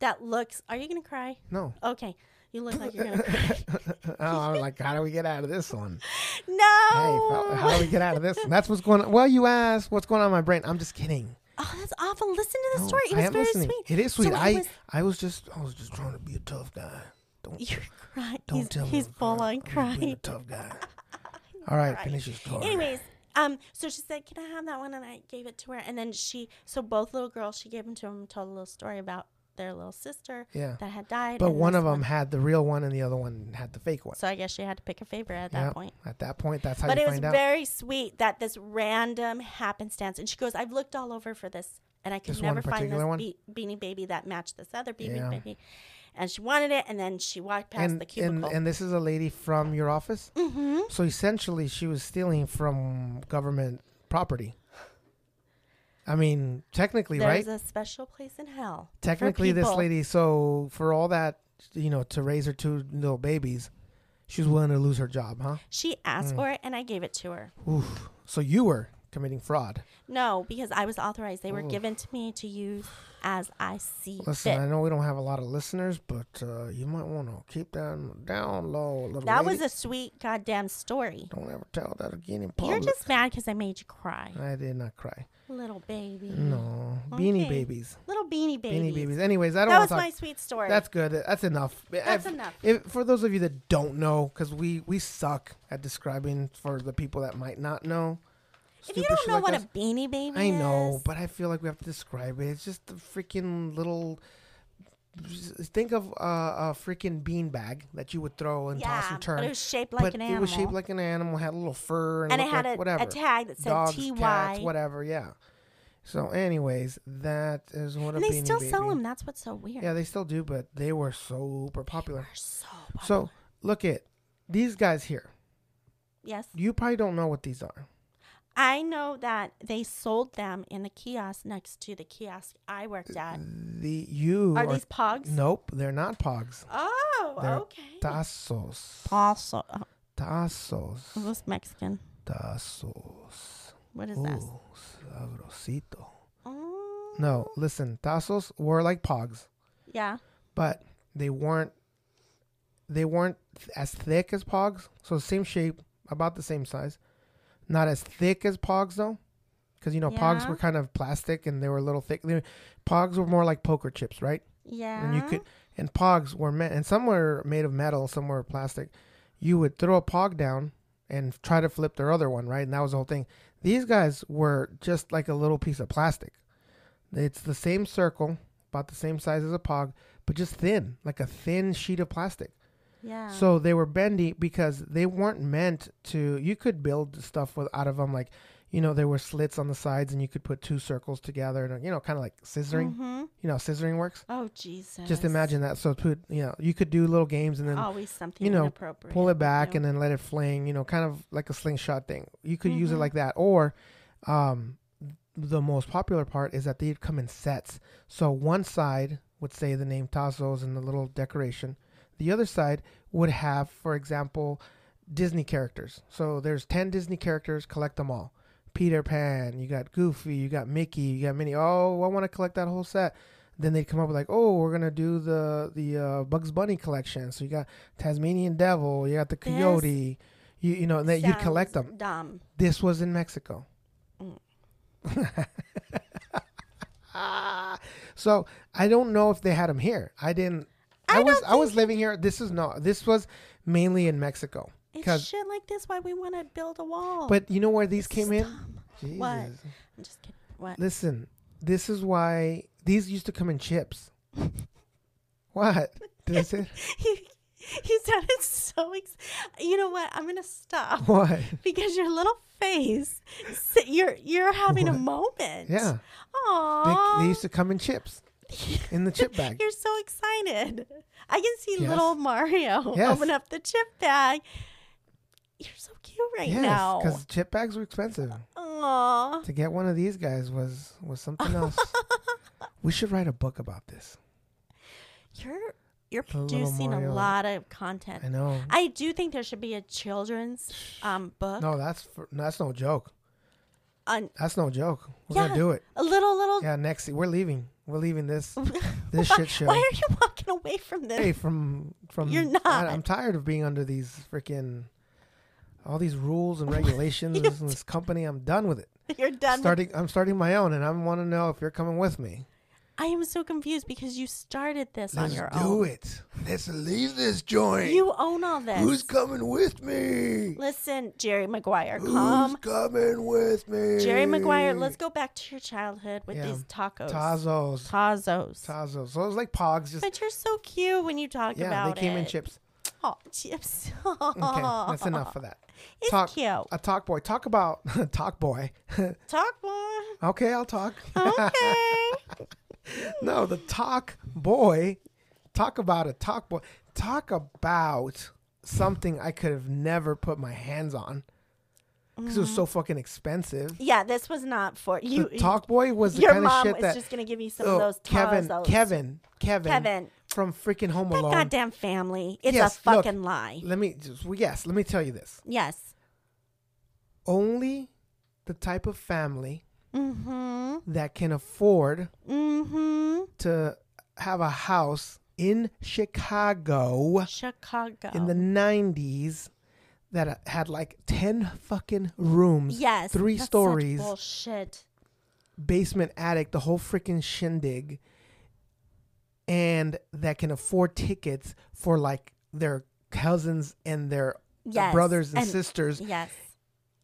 Speaker 3: that looks. Are you going to cry?
Speaker 2: No.
Speaker 3: Okay. You look like you're going to
Speaker 2: [laughs]
Speaker 3: cry.
Speaker 2: oh, I'm like, how do we get out of this one? Hey,
Speaker 3: No. Oh.
Speaker 2: how, how do we get out of this one? That's what's going on. Well, you asked what's going on in my brain. I'm just kidding.
Speaker 3: oh, that's awful. Listen to the
Speaker 2: No,
Speaker 3: story. It
Speaker 2: I
Speaker 3: was
Speaker 2: am
Speaker 3: very
Speaker 2: listening.
Speaker 3: sweet.
Speaker 2: It is sweet.
Speaker 3: So
Speaker 2: I,
Speaker 3: it was- [laughs]
Speaker 2: I was just I was just trying to be a tough guy. Don't
Speaker 3: you're crying.
Speaker 2: don't
Speaker 3: he's
Speaker 2: tell me
Speaker 3: he's
Speaker 2: I'm
Speaker 3: full
Speaker 2: trying-
Speaker 3: on
Speaker 2: I'm just being
Speaker 3: crying.
Speaker 2: a tough
Speaker 3: [laughs]
Speaker 2: guy. All right,
Speaker 3: Right.
Speaker 2: finish your story.
Speaker 3: Anyways, um, so she said, "Can I have that one?" And I gave it to her, and then she, so both little girls, she gave them to them, told a little story about their little sister
Speaker 2: Yeah.
Speaker 3: that had died.
Speaker 2: But
Speaker 3: and
Speaker 2: one
Speaker 3: this
Speaker 2: of them had the real one, and the other one had the fake one.
Speaker 3: So I guess she had to pick a favorite at
Speaker 2: Yeah,
Speaker 3: that point.
Speaker 2: At that point, that's how
Speaker 3: But
Speaker 2: you
Speaker 3: it was
Speaker 2: find out.
Speaker 3: very sweet that this random happenstance, and she goes, "I've looked all over for this, and I could
Speaker 2: This one
Speaker 3: never find this
Speaker 2: particular one?
Speaker 3: Be- beanie baby that matched this other beanie
Speaker 2: Yeah.
Speaker 3: baby." And she wanted it, and then she walked past
Speaker 2: and,
Speaker 3: the
Speaker 2: and
Speaker 3: cubicle.
Speaker 2: and this is a lady from your office.
Speaker 3: mm-hmm.
Speaker 2: So essentially, she was stealing from government property. I mean, technically, right?
Speaker 3: There's a special place in hell. for
Speaker 2: technically, this
Speaker 3: people.
Speaker 2: lady. So for all that, you know, to raise her two little babies, she was willing to lose her job, huh?
Speaker 3: She
Speaker 2: Mm.
Speaker 3: asked for it, and I gave it to her.
Speaker 2: Oof. So you were committing fraud.
Speaker 3: No, because I was authorized. They were
Speaker 2: Oof.
Speaker 3: given to me to use as I see
Speaker 2: Oh. Listen, I
Speaker 3: fit.
Speaker 2: know we don't have a lot of listeners, but uh, you might want to keep that down low, little
Speaker 3: That
Speaker 2: lady.
Speaker 3: was a sweet goddamn story.
Speaker 2: don't ever tell that again in
Speaker 3: You're
Speaker 2: public.
Speaker 3: just mad because I made you cry,
Speaker 2: I did not cry.
Speaker 3: little baby.
Speaker 2: No, beanie
Speaker 3: Okay.
Speaker 2: babies,
Speaker 3: Little beanie baby.
Speaker 2: beanie babies. Anyways, I don't
Speaker 3: That
Speaker 2: want
Speaker 3: was
Speaker 2: to talk.
Speaker 3: my sweet story.
Speaker 2: That's good. That's enough.
Speaker 3: That's enough.
Speaker 2: If, for those of you that don't know, because we we suck at describing for the people that might not know.
Speaker 3: if you
Speaker 2: stupid
Speaker 3: don't
Speaker 2: shit
Speaker 3: know
Speaker 2: like
Speaker 3: what
Speaker 2: us.
Speaker 3: a beanie baby
Speaker 2: I
Speaker 3: is,
Speaker 2: know, but I feel like we have to describe it. It's just a freaking little. Think of uh, a freaking bean bag that you would throw and toss
Speaker 3: yeah,
Speaker 2: and turn.
Speaker 3: but it was shaped like
Speaker 2: but
Speaker 3: an
Speaker 2: it
Speaker 3: animal,
Speaker 2: was shaped like an animal, had a little fur, and,
Speaker 3: and it
Speaker 2: looked
Speaker 3: had
Speaker 2: like
Speaker 3: a,
Speaker 2: whatever.
Speaker 3: a tag that said
Speaker 2: Dogs,
Speaker 3: T
Speaker 2: cats,
Speaker 3: Y.
Speaker 2: whatever. Yeah. So, anyways, that is what
Speaker 3: And
Speaker 2: a
Speaker 3: they
Speaker 2: beanie
Speaker 3: still
Speaker 2: baby.
Speaker 3: sell them. That's what's so weird.
Speaker 2: Yeah, they still do, but they were super popular.
Speaker 3: They're so
Speaker 2: So look at these guys here.
Speaker 3: yes,
Speaker 2: You probably don't know what these are.
Speaker 3: I know that they sold them in the kiosk next to the kiosk I worked at.
Speaker 2: The you
Speaker 3: Are these pogs?
Speaker 2: Nope, they're not pogs.
Speaker 3: Oh,
Speaker 2: They're
Speaker 3: okay.
Speaker 2: Tasos.
Speaker 3: also, oh, is
Speaker 2: Tasos.
Speaker 3: this Mexican?
Speaker 2: Tasos.
Speaker 3: What is that?
Speaker 2: Ooh, sabrosito.
Speaker 3: Oh,
Speaker 2: No, listen, tasos were like pogs,
Speaker 3: yeah.
Speaker 2: but they weren't they weren't th- as thick as pogs. So same shape, about the same size. Not as thick as pogs though. Cuz you know pogs
Speaker 3: Yeah.
Speaker 2: were kind of plastic and they were a little thick. They, pogs were more like poker chips, right?
Speaker 3: Yeah.
Speaker 2: and you could and pogs were meant and some were made of metal some were plastic you would throw a pog down and try to flip their other one right and that was the whole thing these guys were just like a little piece of plastic it's the same circle about the same size as a pog but just thin like a thin sheet of plastic
Speaker 3: Yeah.
Speaker 2: so they were bendy because they weren't meant to. You could build stuff with out of them, like you know there were slits on the sides, and you could put two circles together, and you know kind of like scissoring.
Speaker 3: Mhm.
Speaker 2: You know, how scissoring works.
Speaker 3: Oh Jesus.
Speaker 2: Just imagine that. So put you know you could do little games and then
Speaker 3: Always something
Speaker 2: you know,
Speaker 3: inappropriate.
Speaker 2: pull
Speaker 3: we
Speaker 2: it back
Speaker 3: do.
Speaker 2: and then let it fling. You know, kind of like a slingshot thing. You could use it
Speaker 3: Mhm.
Speaker 2: like that, or um, the most popular part is that they'd come in sets. So one side would say the name Tazos and the little decoration. The other side would have, for example, Disney characters. So there's ten Disney characters. Collect them all. Peter Pan, you got Goofy, you got Mickey, you got Minnie. Oh, I want to collect that whole set. Then they'd come up with like, oh, we're gonna do the the uh, Bugs Bunny collection. So you got Tasmanian Devil, you got the
Speaker 3: This
Speaker 2: Coyote, you you know, and that you'd collect
Speaker 3: Sounds
Speaker 2: them.
Speaker 3: Dumb.
Speaker 2: This was in Mexico.
Speaker 3: Mm.
Speaker 2: [laughs] so I don't know if they had them here. I didn't. I,
Speaker 3: I
Speaker 2: was
Speaker 3: don't
Speaker 2: I was living here. This is not. This was mainly in Mexico.
Speaker 3: It's
Speaker 2: 'Cause-
Speaker 3: shit like this. Why we want to build a wall?
Speaker 2: But you know where these
Speaker 3: This is
Speaker 2: came in?
Speaker 3: Oh, dumb.
Speaker 2: Jesus.
Speaker 3: What? I'm just kidding.
Speaker 2: [laughs]
Speaker 3: What?
Speaker 2: Listen, this is why these used to come in chips.
Speaker 3: [laughs]
Speaker 2: what? Did I say
Speaker 3: he, he sounded so. Ex- you know what? I'm
Speaker 2: [laughs]
Speaker 3: gonna stop [laughs]
Speaker 2: what?
Speaker 3: because your little face. s- You're you're having a
Speaker 2: What?
Speaker 3: moment.
Speaker 2: Yeah, they, they
Speaker 3: Aww.
Speaker 2: used to come in chips
Speaker 3: [laughs]
Speaker 2: in the chip bag.
Speaker 3: You're so excited. I can see
Speaker 2: Yes.
Speaker 3: little Mario
Speaker 2: Yes.
Speaker 3: open up the chip bag. You're so cute right
Speaker 2: yes,
Speaker 3: now.
Speaker 2: because chip bags were expensive.
Speaker 3: Aww.
Speaker 2: To get one of these guys was was something else. we should write a book about this.
Speaker 3: [laughs] You're you're
Speaker 2: Little
Speaker 3: producing a
Speaker 2: Mario.
Speaker 3: lot of content.
Speaker 2: I know.
Speaker 3: I do think there should be a children's um book.
Speaker 2: No, that's for, no, that's no joke.
Speaker 3: On
Speaker 2: That's no joke. We're gonna
Speaker 3: Yeah.
Speaker 2: do it.
Speaker 3: a little little
Speaker 2: Yeah, next we're leaving. We're leaving this this
Speaker 3: [laughs] why,
Speaker 2: shit show. [laughs]
Speaker 3: why are you walking away from this?
Speaker 2: hey, from from
Speaker 3: You're
Speaker 2: I,
Speaker 3: not.
Speaker 2: I'm tired of being under these freaking all these rules and
Speaker 3: [laughs]
Speaker 2: regulations and this, and this company. I'm done with it.
Speaker 3: You're done. with-
Speaker 2: Starting, I'm starting my own, and I want to know if you're coming with me.
Speaker 3: I am so confused because you started this on
Speaker 2: Let's
Speaker 3: your
Speaker 2: do
Speaker 3: own.
Speaker 2: it. Let's leave this joint.
Speaker 3: You own all this.
Speaker 2: Who's coming with me?
Speaker 3: Listen, Jerry Maguire,
Speaker 2: Who's
Speaker 3: calm.
Speaker 2: coming with me?
Speaker 3: Jerry Maguire, let's go back to your childhood with
Speaker 2: Yeah.
Speaker 3: these tacos.
Speaker 2: Tazos.
Speaker 3: Tazos.
Speaker 2: Tazos. So it was like Pogs. Just
Speaker 3: But you're so cute when you talk
Speaker 2: yeah,
Speaker 3: about
Speaker 2: they came
Speaker 3: it.
Speaker 2: in chips.
Speaker 3: Oh, chips. [laughs]
Speaker 2: Okay, that's enough for that.
Speaker 3: It's
Speaker 2: talk,
Speaker 3: cute.
Speaker 2: A talk boy. Talk about [laughs] talk boy.
Speaker 3: Talk
Speaker 2: [laughs]
Speaker 3: more.
Speaker 2: okay, I'll talk.
Speaker 3: Okay.
Speaker 2: [laughs] no, the talk boy. Talk about a talk boy. Talk about something I could have never put my hands on because it was so fucking expensive.
Speaker 3: yeah, this was not for Mm-hmm. you.
Speaker 2: the talk boy was the
Speaker 3: your
Speaker 2: kind of
Speaker 3: mom
Speaker 2: shit
Speaker 3: was
Speaker 2: that
Speaker 3: just gonna give you some
Speaker 2: oh,
Speaker 3: of those
Speaker 2: Kevin,
Speaker 3: Tazos.
Speaker 2: Kevin, Kevin,
Speaker 3: Kevin.
Speaker 2: from freaking Home
Speaker 3: That
Speaker 2: Alone.
Speaker 3: goddamn family. It's
Speaker 2: Yes,
Speaker 3: a
Speaker 2: look.
Speaker 3: fucking lie.
Speaker 2: Let me just well, yes, let me tell you this.
Speaker 3: Yes.
Speaker 2: Only the type of family
Speaker 3: Mm-hmm.
Speaker 2: that can afford
Speaker 3: Mm-hmm.
Speaker 2: to have a house in Chicago
Speaker 3: Chicago.
Speaker 2: in the 90s that had like 10 fucking rooms,
Speaker 3: yes.
Speaker 2: three
Speaker 3: that's such
Speaker 2: stories,
Speaker 3: Bullshit.
Speaker 2: basement, attic, the whole freaking shindig, and that can afford tickets for like their cousins and their
Speaker 3: Yes.
Speaker 2: brothers and,
Speaker 3: and-
Speaker 2: sisters
Speaker 3: Yes.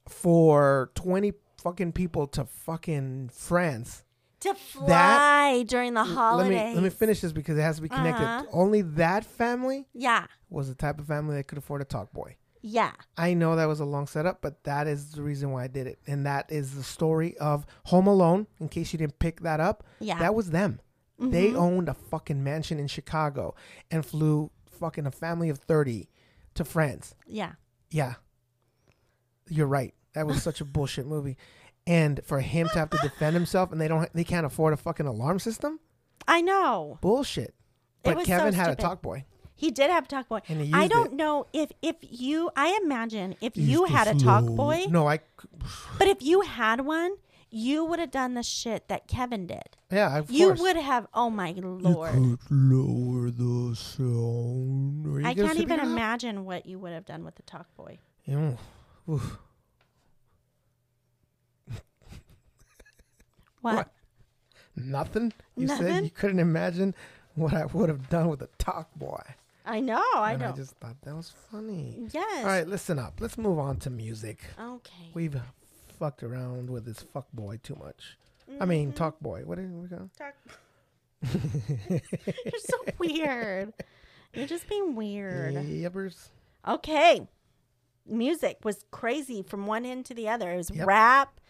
Speaker 2: for 20 fucking people to fucking France.
Speaker 3: To fly during the holidays.
Speaker 2: Let me let me finish this because it has to be connected.
Speaker 3: Uh-huh.
Speaker 2: Only that family
Speaker 3: Yeah.
Speaker 2: was the type of family that could afford a talk boy.
Speaker 3: Yeah.
Speaker 2: I know that was a long setup, but that is the reason why I did it. And that is the story of Home Alone, in case you didn't pick that up.
Speaker 3: Yeah. Mm-hmm.
Speaker 2: That was them. They owned a fucking mansion in Chicago and flew fucking a family of 30 to France.
Speaker 3: Yeah.
Speaker 2: Yeah. You're right. That was
Speaker 3: [laughs]
Speaker 2: such a bullshit movie. And for him to have to defend himself and they don't they can't afford a fucking alarm system?
Speaker 3: I know.
Speaker 2: Bullshit. But
Speaker 3: was so
Speaker 2: Kevin had
Speaker 3: stupid.
Speaker 2: a talk boy.
Speaker 3: He did have a talk boy.
Speaker 2: And he
Speaker 3: I
Speaker 2: used
Speaker 3: don't
Speaker 2: it.
Speaker 3: know if if you I imagine if
Speaker 2: Use
Speaker 3: you
Speaker 2: the
Speaker 3: had a talk
Speaker 2: slow-
Speaker 3: boy,
Speaker 2: No, I
Speaker 3: but if you had one, you would have done the shit that Kevin did.
Speaker 2: yeah, of
Speaker 3: You
Speaker 2: course.
Speaker 3: would have oh my lord.
Speaker 2: You could lower the sound. Are you
Speaker 3: I
Speaker 2: gonna
Speaker 3: can't
Speaker 2: figure
Speaker 3: even
Speaker 2: it out?
Speaker 3: imagine what you would have done with the talk boy.
Speaker 2: Yeah. Oof.
Speaker 3: What?
Speaker 2: What? Nothing. You said
Speaker 3: Nothing?
Speaker 2: you couldn't imagine what I would have done with a talk boy.
Speaker 3: I know, I
Speaker 2: and
Speaker 3: know.
Speaker 2: I just thought that was funny.
Speaker 3: yes.
Speaker 2: All right, listen up. Let's move on to music.
Speaker 3: Okay.
Speaker 2: We've fucked around with this fuck boy too much. I
Speaker 3: Mm-hmm.
Speaker 2: mean, talk boy. What did we go?
Speaker 3: Talk- [laughs] You're so weird. You're just being weird.
Speaker 2: Yippers.
Speaker 3: Okay. Music was crazy from one end to the other. It was
Speaker 2: Yep.
Speaker 3: rap.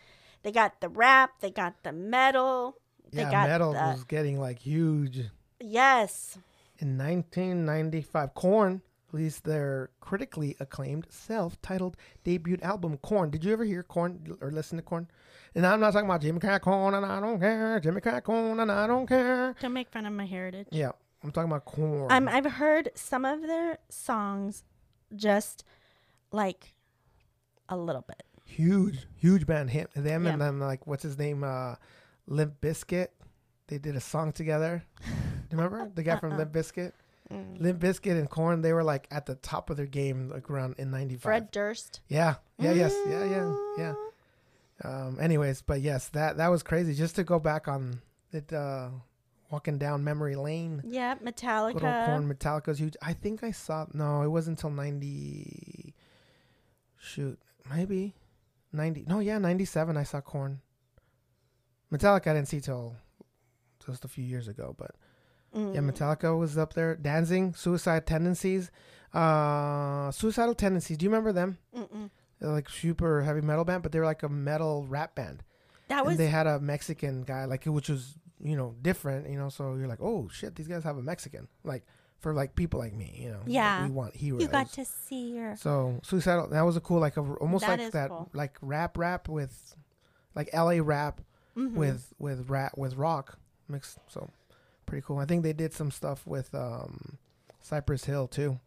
Speaker 3: They got the rap. They got the metal. They
Speaker 2: Yeah,
Speaker 3: got
Speaker 2: metal
Speaker 3: the,
Speaker 2: was getting like huge.
Speaker 3: Yes.
Speaker 2: In 1995, Korn released their critically acclaimed self-titled debut album, Korn. Did you ever hear Korn or listen to Korn? And I'm not talking about Jimmy Crack Korn, and I don't care. Jimmy Crack Korn, and I don't care.
Speaker 3: Don't make fun of my heritage.
Speaker 2: Yeah, I'm talking about Korn.
Speaker 3: Um, I've heard some of their songs just like a little bit.
Speaker 2: huge, huge band. Him, them,
Speaker 3: Yeah.
Speaker 2: and then like what's his name? Uh, Limp Biscuit. They did a song together.
Speaker 3: [laughs]
Speaker 2: Remember the guy from Limp Biscuit?
Speaker 3: Mm.
Speaker 2: Limp Biscuit and Korn. They were like at the top of their game, like around in '95.
Speaker 3: Fred Durst.
Speaker 2: Yeah. Yeah. Yes. Yeah. Yeah. Yeah.
Speaker 3: Mm.
Speaker 2: Um, anyways, but yes, that that was crazy. Just to go back on it, uh, walking down memory lane.
Speaker 3: Yeah,
Speaker 2: Good old
Speaker 3: Metallica.
Speaker 2: corn Metallica's huge. I think I saw. No, it wasn't until ninety. Shoot, maybe ninety. No, yeah, ninety-seven. I saw corn. Metallica I didn't see till just a few years ago, but
Speaker 3: Mm.
Speaker 2: yeah, Metallica was up there. Dancing, Suicide Tendencies, uh, Suicidal Tendencies. Do you remember them?
Speaker 3: Mm-mm.
Speaker 2: They're like super heavy metal band, but they were like a metal rap band.
Speaker 3: That
Speaker 2: and
Speaker 3: was
Speaker 2: they had a Mexican guy, like which was you know different, you know. So you're like, oh shit, these guys have a Mexican, like for like people like me, you know. like,
Speaker 3: Yeah.
Speaker 2: we want heroes.
Speaker 3: you got to see her.
Speaker 2: so suicidal. That was a cool, like a, almost
Speaker 3: That
Speaker 2: like
Speaker 3: is
Speaker 2: that,
Speaker 3: cool.
Speaker 2: like rap rap with, like L.A. rap
Speaker 3: Mm-hmm.
Speaker 2: with with rap with rock mixed. So pretty cool. I think they did some stuff with um, Cypress Hill too.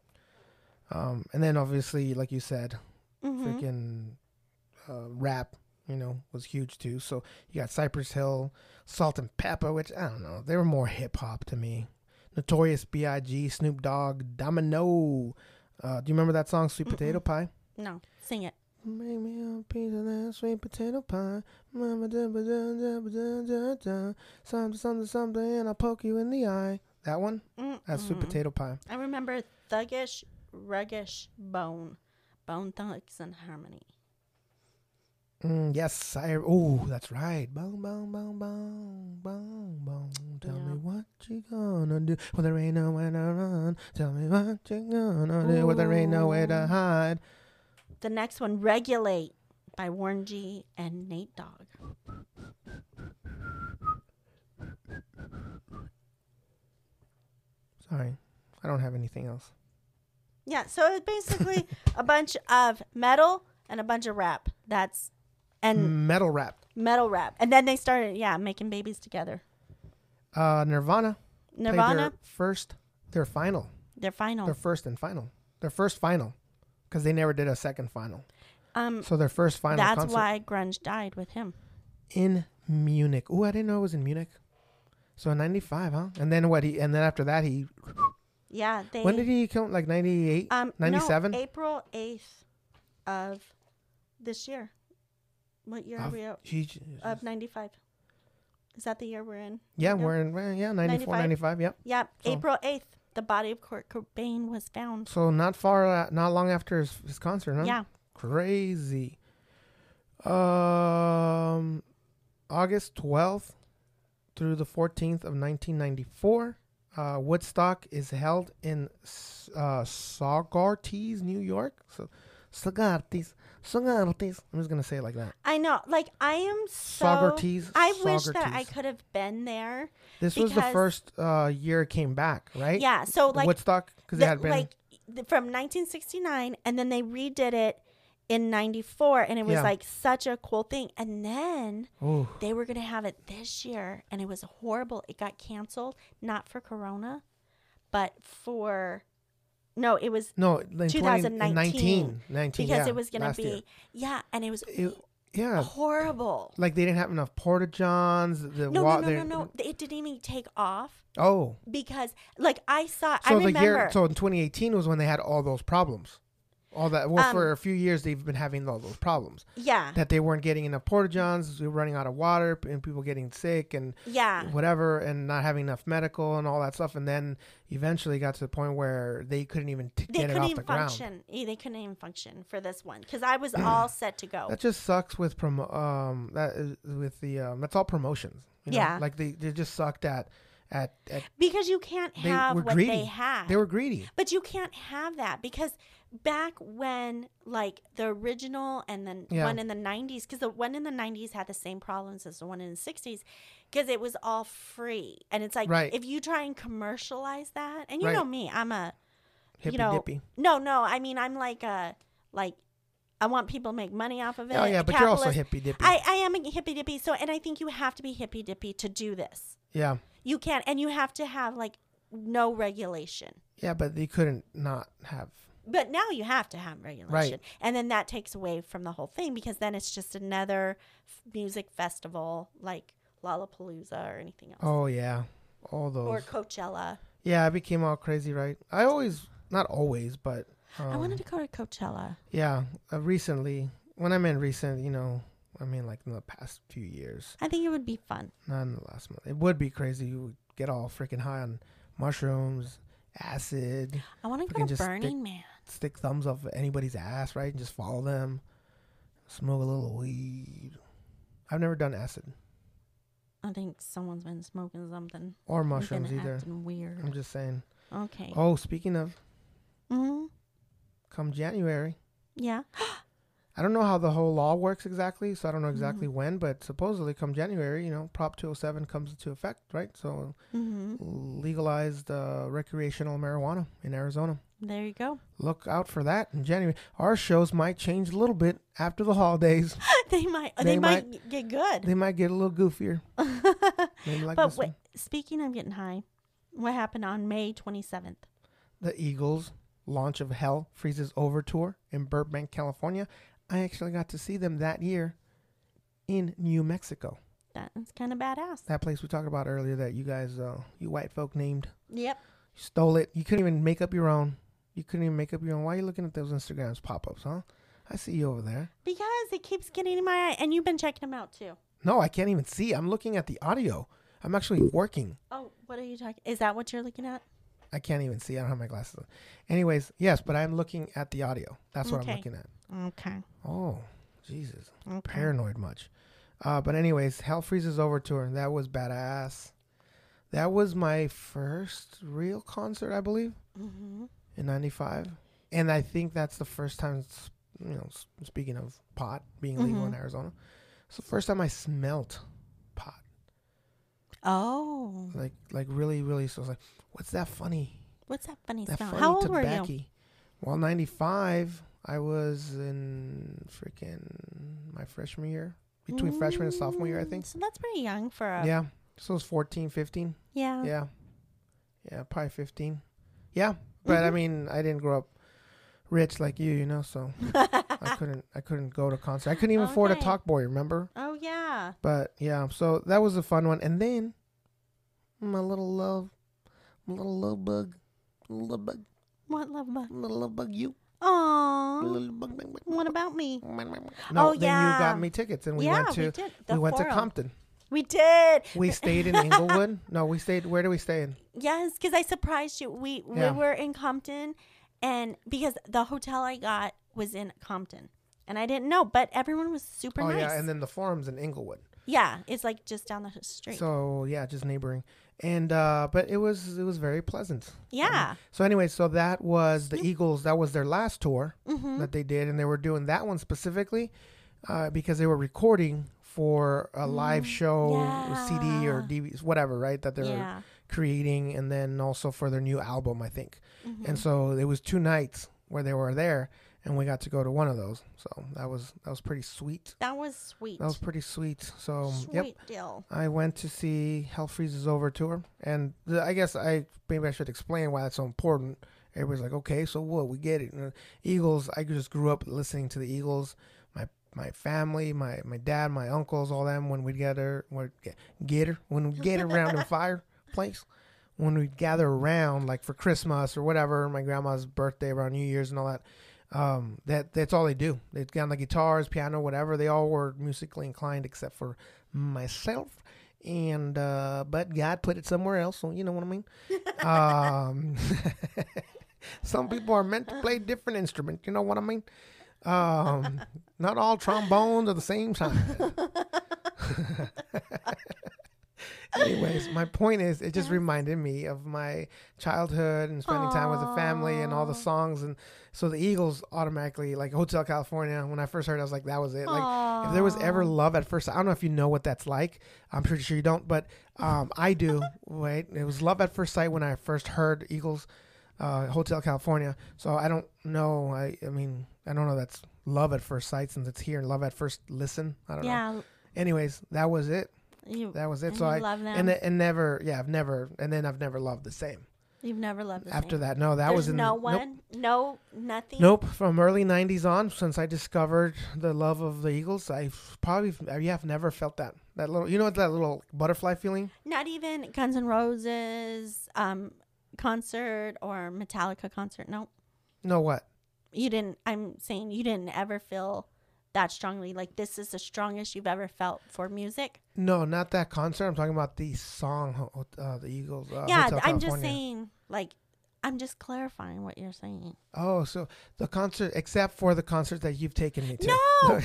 Speaker 2: Um, and then obviously, like you said,
Speaker 3: Mhm.
Speaker 2: freaking uh, rap, you know, was huge too. So you got Cypress Hill, Salt and Pepper, which I don't know, they were more hip hop to me. Notorious B.I.G., Snoop Dogg, Domino. Uh, do you remember that song, Sweet Potato Pie?
Speaker 3: No, sing it.
Speaker 2: Make me a piece of that sweet potato pie. Mama da ba da da ba da da da. Something, something, something, and I'll poke you in the eye. That one?
Speaker 3: Mm-mm.
Speaker 2: That's sweet potato pie.
Speaker 3: I remember thuggish, ruggish bone, bone thugs and harmony.
Speaker 2: Mm, yes, I. Oh, that's right. Bong, bong, bong, bong, bong, bong. Tell
Speaker 3: Yeah.
Speaker 2: me what you gonna do when there ain't no way to run. Tell me what you gonna do when there ain't no way to hide.
Speaker 3: The next one, regulate by Warren G and Nate Dogg.
Speaker 2: Sorry, I don't have anything else.
Speaker 3: Yeah, so
Speaker 2: [laughs]
Speaker 3: it's basically a bunch of metal and a bunch of rap. That's and
Speaker 2: Metal rap.
Speaker 3: metal rap, and then they started yeah making babies together.
Speaker 2: Uh, Nirvana. played
Speaker 3: Nirvana, Oh.
Speaker 2: their first, their final,
Speaker 3: their final.
Speaker 2: their first and final, their first final, because they never did a second final.
Speaker 3: um,
Speaker 2: So their first final
Speaker 3: that's
Speaker 2: concert
Speaker 3: why grunge died with him.
Speaker 2: in Munich. Oh, I didn't know it was in Munich. So in '95, huh? And then what? He and then after that, he
Speaker 3: Yeah, they.
Speaker 2: when did he come? Like '98,
Speaker 3: Um, no,
Speaker 2: '97.
Speaker 3: April eighth of this year. What year are we at? Of ninety five. Is that the year we're in?
Speaker 2: yeah,
Speaker 3: right now?
Speaker 2: we're in well, yeah '94,
Speaker 3: 95.
Speaker 2: '95. Yep.
Speaker 3: Yep,
Speaker 2: So-
Speaker 3: April eighth. The body of Kurt Cobain was found.
Speaker 2: So not far, uh, not long after his, his concert, huh?
Speaker 3: Yeah,
Speaker 2: Crazy. Um, August 12th through the 14th of 1994. Uh, Woodstock is held in S- uh, Saugerties, New York. So, Saugerties. Saugerties. I'm just going to say it like that.
Speaker 3: I know. Like I am so.
Speaker 2: Saugerties.
Speaker 3: I wish that I
Speaker 2: Saugerties.
Speaker 3: could have been there.
Speaker 2: This was the
Speaker 3: because-
Speaker 2: first uh, year it came back, right?
Speaker 3: Yeah. So
Speaker 2: The
Speaker 3: like
Speaker 2: Woodstock, because it
Speaker 3: the-
Speaker 2: had been.
Speaker 3: like th- from 1969 and then they redid it in 94 and it was
Speaker 2: Yeah.
Speaker 3: like such a cool thing and then
Speaker 2: ooh,
Speaker 3: they were going to have it this year and it was horrible it got canceled not for corona but for no it was
Speaker 2: no, in 20, in
Speaker 3: 2019,
Speaker 2: 19, 19,
Speaker 3: because
Speaker 2: yeah,
Speaker 3: it was going to
Speaker 2: last
Speaker 3: be
Speaker 2: year.
Speaker 3: yeah and it was
Speaker 2: It- uh, yeah,
Speaker 3: horrible
Speaker 2: like they didn't have enough porta johns. The
Speaker 3: no
Speaker 2: wa-
Speaker 3: no no no
Speaker 2: they're-
Speaker 3: no it didn't even take off
Speaker 2: Oh,
Speaker 3: because like i saw i
Speaker 2: so the
Speaker 3: remember
Speaker 2: year so in 2018 was when they had all those problems. All that well
Speaker 3: Um, uh,
Speaker 2: for a few years they've been having all those problems
Speaker 3: yeah
Speaker 2: that they weren't getting enough porta johns, they were running out of water, p- and people getting sick and
Speaker 3: yeah
Speaker 2: whatever, and not having enough medical and all that stuff. And then eventually got to the point where they couldn't even t-
Speaker 3: they
Speaker 2: get it
Speaker 3: couldn't
Speaker 2: off
Speaker 3: even
Speaker 2: the ground. Mm.
Speaker 3: function. Yeah, They couldn't even function for this one because I was all set to go.
Speaker 2: That just sucks with promo um that is- with the um that's all promotions. you know?
Speaker 3: Yeah.
Speaker 2: like they they just sucked at at, at
Speaker 3: because you can't
Speaker 2: they
Speaker 3: have
Speaker 2: were
Speaker 3: what
Speaker 2: greedy.
Speaker 3: they had.
Speaker 2: They were greedy.
Speaker 3: but you can't have that because back when like the original and then
Speaker 2: Yeah.
Speaker 3: one in the 90s because the one in the 90s had the same problems as the one in the 60s because it was all free and it's like
Speaker 2: Right.
Speaker 3: if you try and commercialize that and you
Speaker 2: Right.
Speaker 3: know me i'm a
Speaker 2: Hippy
Speaker 3: you know
Speaker 2: dippy.
Speaker 3: no no i mean i'm like a like i want people to make money off of it
Speaker 2: Oh yeah, but you're also
Speaker 3: capitalist.
Speaker 2: hippy dippy.
Speaker 3: I, I am a hippy dippy. So, and I think you have to be hippy dippy to do this.
Speaker 2: yeah,
Speaker 3: You can't, and you have to have like no regulation.
Speaker 2: yeah, but they couldn't not have.
Speaker 3: But now you have to have regulation. And then that takes away from the whole thing because then it's just another f- music festival like Lollapalooza or anything else.
Speaker 2: Oh yeah, all those.
Speaker 3: Or Coachella.
Speaker 2: yeah, I became all crazy, right? I always, not always, but
Speaker 3: I
Speaker 2: um,
Speaker 3: wanted to go to Coachella.
Speaker 2: yeah, uh, recently. When I meant recent, you know, I mean like in the past few years,
Speaker 3: I think it would be fun.
Speaker 2: not in the last month. It would be crazy. You would get all freaking high on mushrooms, acid,
Speaker 3: I want to
Speaker 2: can
Speaker 3: go to
Speaker 2: just
Speaker 3: Burning
Speaker 2: stick-
Speaker 3: Man.
Speaker 2: stick thumbs up anybody's ass, right? And just follow them, smoke a little weed. I've never done acid
Speaker 3: I think someone's been smoking something.
Speaker 2: or
Speaker 3: We've been
Speaker 2: mushrooms either.
Speaker 3: acting weird.
Speaker 2: I'm just saying.
Speaker 3: Okay.
Speaker 2: Oh, speaking of,
Speaker 3: hmm
Speaker 2: come January.
Speaker 3: Yeah.
Speaker 2: I don't know how the whole law works exactly, so I
Speaker 3: Mm-hmm.
Speaker 2: don't know exactly when, but supposedly come January, you know, Prop 207 comes into effect, right? So
Speaker 3: hmm
Speaker 2: legalized uh, recreational marijuana in Arizona.
Speaker 3: There you go. [laughs]
Speaker 2: Look out for that in January. Our shows might change a little bit after the holidays. [laughs]
Speaker 3: they might they,
Speaker 2: They
Speaker 3: might, get good.
Speaker 2: they might get a little goofier.
Speaker 3: [laughs]
Speaker 2: Maybe like
Speaker 3: but
Speaker 2: this
Speaker 3: wait,
Speaker 2: one.
Speaker 3: speaking of getting high, what happened on May 27th?
Speaker 2: the Eagles launch of Hell Freezes Over tour in Burbank, California. I actually got to see them that year in New Mexico.
Speaker 3: That's kind of badass.
Speaker 2: That place we talked about earlier that you guys, uh, you white folk named.
Speaker 3: Yep.
Speaker 2: You stole it. You couldn't even make up your own. You couldn't even make up your own. Why are you looking at those Instagrams pop ups, huh? I see you over there.
Speaker 3: Because it keeps getting in my eye, and you've been checking him out too.
Speaker 2: No, I can't even see. I'm looking at the audio. I'm actually working.
Speaker 3: Oh, what are you talking? Is that what you're looking at?
Speaker 2: I can't even see. I don't have my glasses on. Anyways, yes, but I'm looking at the audio. That's what
Speaker 3: Okay.
Speaker 2: I'm looking at.
Speaker 3: Okay.
Speaker 2: Oh, Jesus.
Speaker 3: Okay.
Speaker 2: Paranoid much. Uh, but anyways, hell freezes over to her, and that was badass. That was my first real concert, I believe,
Speaker 3: hmm
Speaker 2: in '95, and I think that's the first time. s- You know, s- speaking of pot being legal in Arizona, it's the first time I smelt pot.
Speaker 3: Oh,
Speaker 2: Like, like really, really. So I was like, "What's that funny?
Speaker 3: what's that funny
Speaker 2: That
Speaker 3: smell?
Speaker 2: funny
Speaker 3: How old
Speaker 2: tobacco.
Speaker 3: were you?
Speaker 2: Well, 95, I was in freaking my freshman year, between freshman and sophomore year, I
Speaker 3: Mm,
Speaker 2: think.
Speaker 3: So that's pretty young for a yeah.
Speaker 2: Yeah. So it was 14, 15.
Speaker 3: Yeah.
Speaker 2: Yeah. Yeah, probably 15. Yeah. But I
Speaker 3: Mhm.
Speaker 2: mean, I didn't grow up rich like you, you know, so I couldn't I couldn't go to concert. I couldn't even afford a
Speaker 3: Ah. Okay.
Speaker 2: talk boy, remember?
Speaker 3: [laughs] oh yeah.
Speaker 2: But yeah, so that was a fun one. And then my little love, my little love bug, little bug,
Speaker 3: What love bug?
Speaker 2: little love bug you.
Speaker 3: Aw.
Speaker 2: Little bug, bug, bug.
Speaker 3: What about me?
Speaker 2: No,
Speaker 3: Oh,
Speaker 2: then you
Speaker 3: yeah.
Speaker 2: got me tickets, and we
Speaker 3: yeah,
Speaker 2: went
Speaker 3: we
Speaker 2: to
Speaker 3: did.
Speaker 2: we,
Speaker 3: The
Speaker 2: went to
Speaker 3: forum.
Speaker 2: Compton.
Speaker 3: We did. [laughs]
Speaker 2: We stayed in Inglewood. No, we stayed. Where did we stay in?
Speaker 3: Yes, because I surprised you. We
Speaker 2: Yeah.
Speaker 3: we were in Compton, and because the hotel I got was in Compton, and I didn't know, but everyone was super
Speaker 2: oh
Speaker 3: nice.
Speaker 2: yeah, and then the forums in Inglewood.
Speaker 3: yeah, it's like just down the street.
Speaker 2: So um, yeah, just neighboring, and uh, but it was it was very pleasant.
Speaker 3: yeah.
Speaker 2: So anyway, so that was the Eagles. That was their last tour
Speaker 3: mm-hmm.
Speaker 2: that they did, and they were doing that one specifically uh, because they were recording for a live show CD or
Speaker 3: Mm-hmm. yeah.
Speaker 2: DVD, whatever, right? That they were
Speaker 3: yeah.
Speaker 2: creating and then also for their new album i think
Speaker 3: Mm-hmm.
Speaker 2: and so it was two nights where they were there and we got to go to one of those so that was that was pretty sweet
Speaker 3: That was sweet.
Speaker 2: that was pretty sweet so Oh,
Speaker 3: sweet
Speaker 2: um, yep
Speaker 3: deal.
Speaker 2: i went to see hell freezes over tour and the, i guess i maybe i should explain why that's so important everybody's like okay so what we get it and eagles i just grew up listening to the eagles my my family my my dad my uncles all them when we'd gather when we'd get her when we get around the fireplace when we'd gather around like for christmas or whatever my grandma's birthday around new year's and all that um that that's all they do they'd get on the guitars piano whatever they all were musically inclined except for myself and uh but god put it somewhere else so you know what i mean um [laughs] some people are meant to play different instruments you know what i mean um not all trombones are the same size [laughs] anyways my point is it just reminded me of my childhood and spending time with the family and all the songs and so the eagles automatically like hotel california when i first heard it, i was like that was it like if there was ever love at first i don't know if you know what that's like i'm pretty sure you don't but um, i
Speaker 3: [laughs]
Speaker 2: do right it was love at first sight when i first heard eagles uh, hotel california so i don't know i i mean i don't know that's love at first sight since it's here and love at first listen i don't know
Speaker 3: Yeah.
Speaker 2: anyways that was it
Speaker 3: You,
Speaker 2: that was it.
Speaker 3: And
Speaker 2: so
Speaker 3: you
Speaker 2: I
Speaker 3: love
Speaker 2: and
Speaker 3: them?
Speaker 2: and never yeah I've never and then I've never loved the same
Speaker 3: you've never loved the
Speaker 2: after
Speaker 3: same.
Speaker 2: that. No, that
Speaker 3: There's
Speaker 2: was in
Speaker 3: no
Speaker 2: nope.
Speaker 3: one, no nothing.
Speaker 2: Nope, from early '90s on, since I discovered the love of the Eagles, I probably I- yeah, I've never felt that that little you know that little butterfly feeling.
Speaker 3: Not even Guns N' Roses um, concert or Metallica concert. Nope.
Speaker 2: No, what?
Speaker 3: You didn't. I'm saying you didn't ever feel that strongly. Like this is the strongest you've ever felt for music.
Speaker 2: No, not that concert. I'm talking about the song, ho- uh, the Eagles. Uh,
Speaker 3: yeah,
Speaker 2: Hotel
Speaker 3: I'm just
Speaker 2: California.
Speaker 3: saying. Like, I'm just clarifying what you're saying.
Speaker 2: Oh, so the concert, except for the concert that you've taken me to.
Speaker 3: No!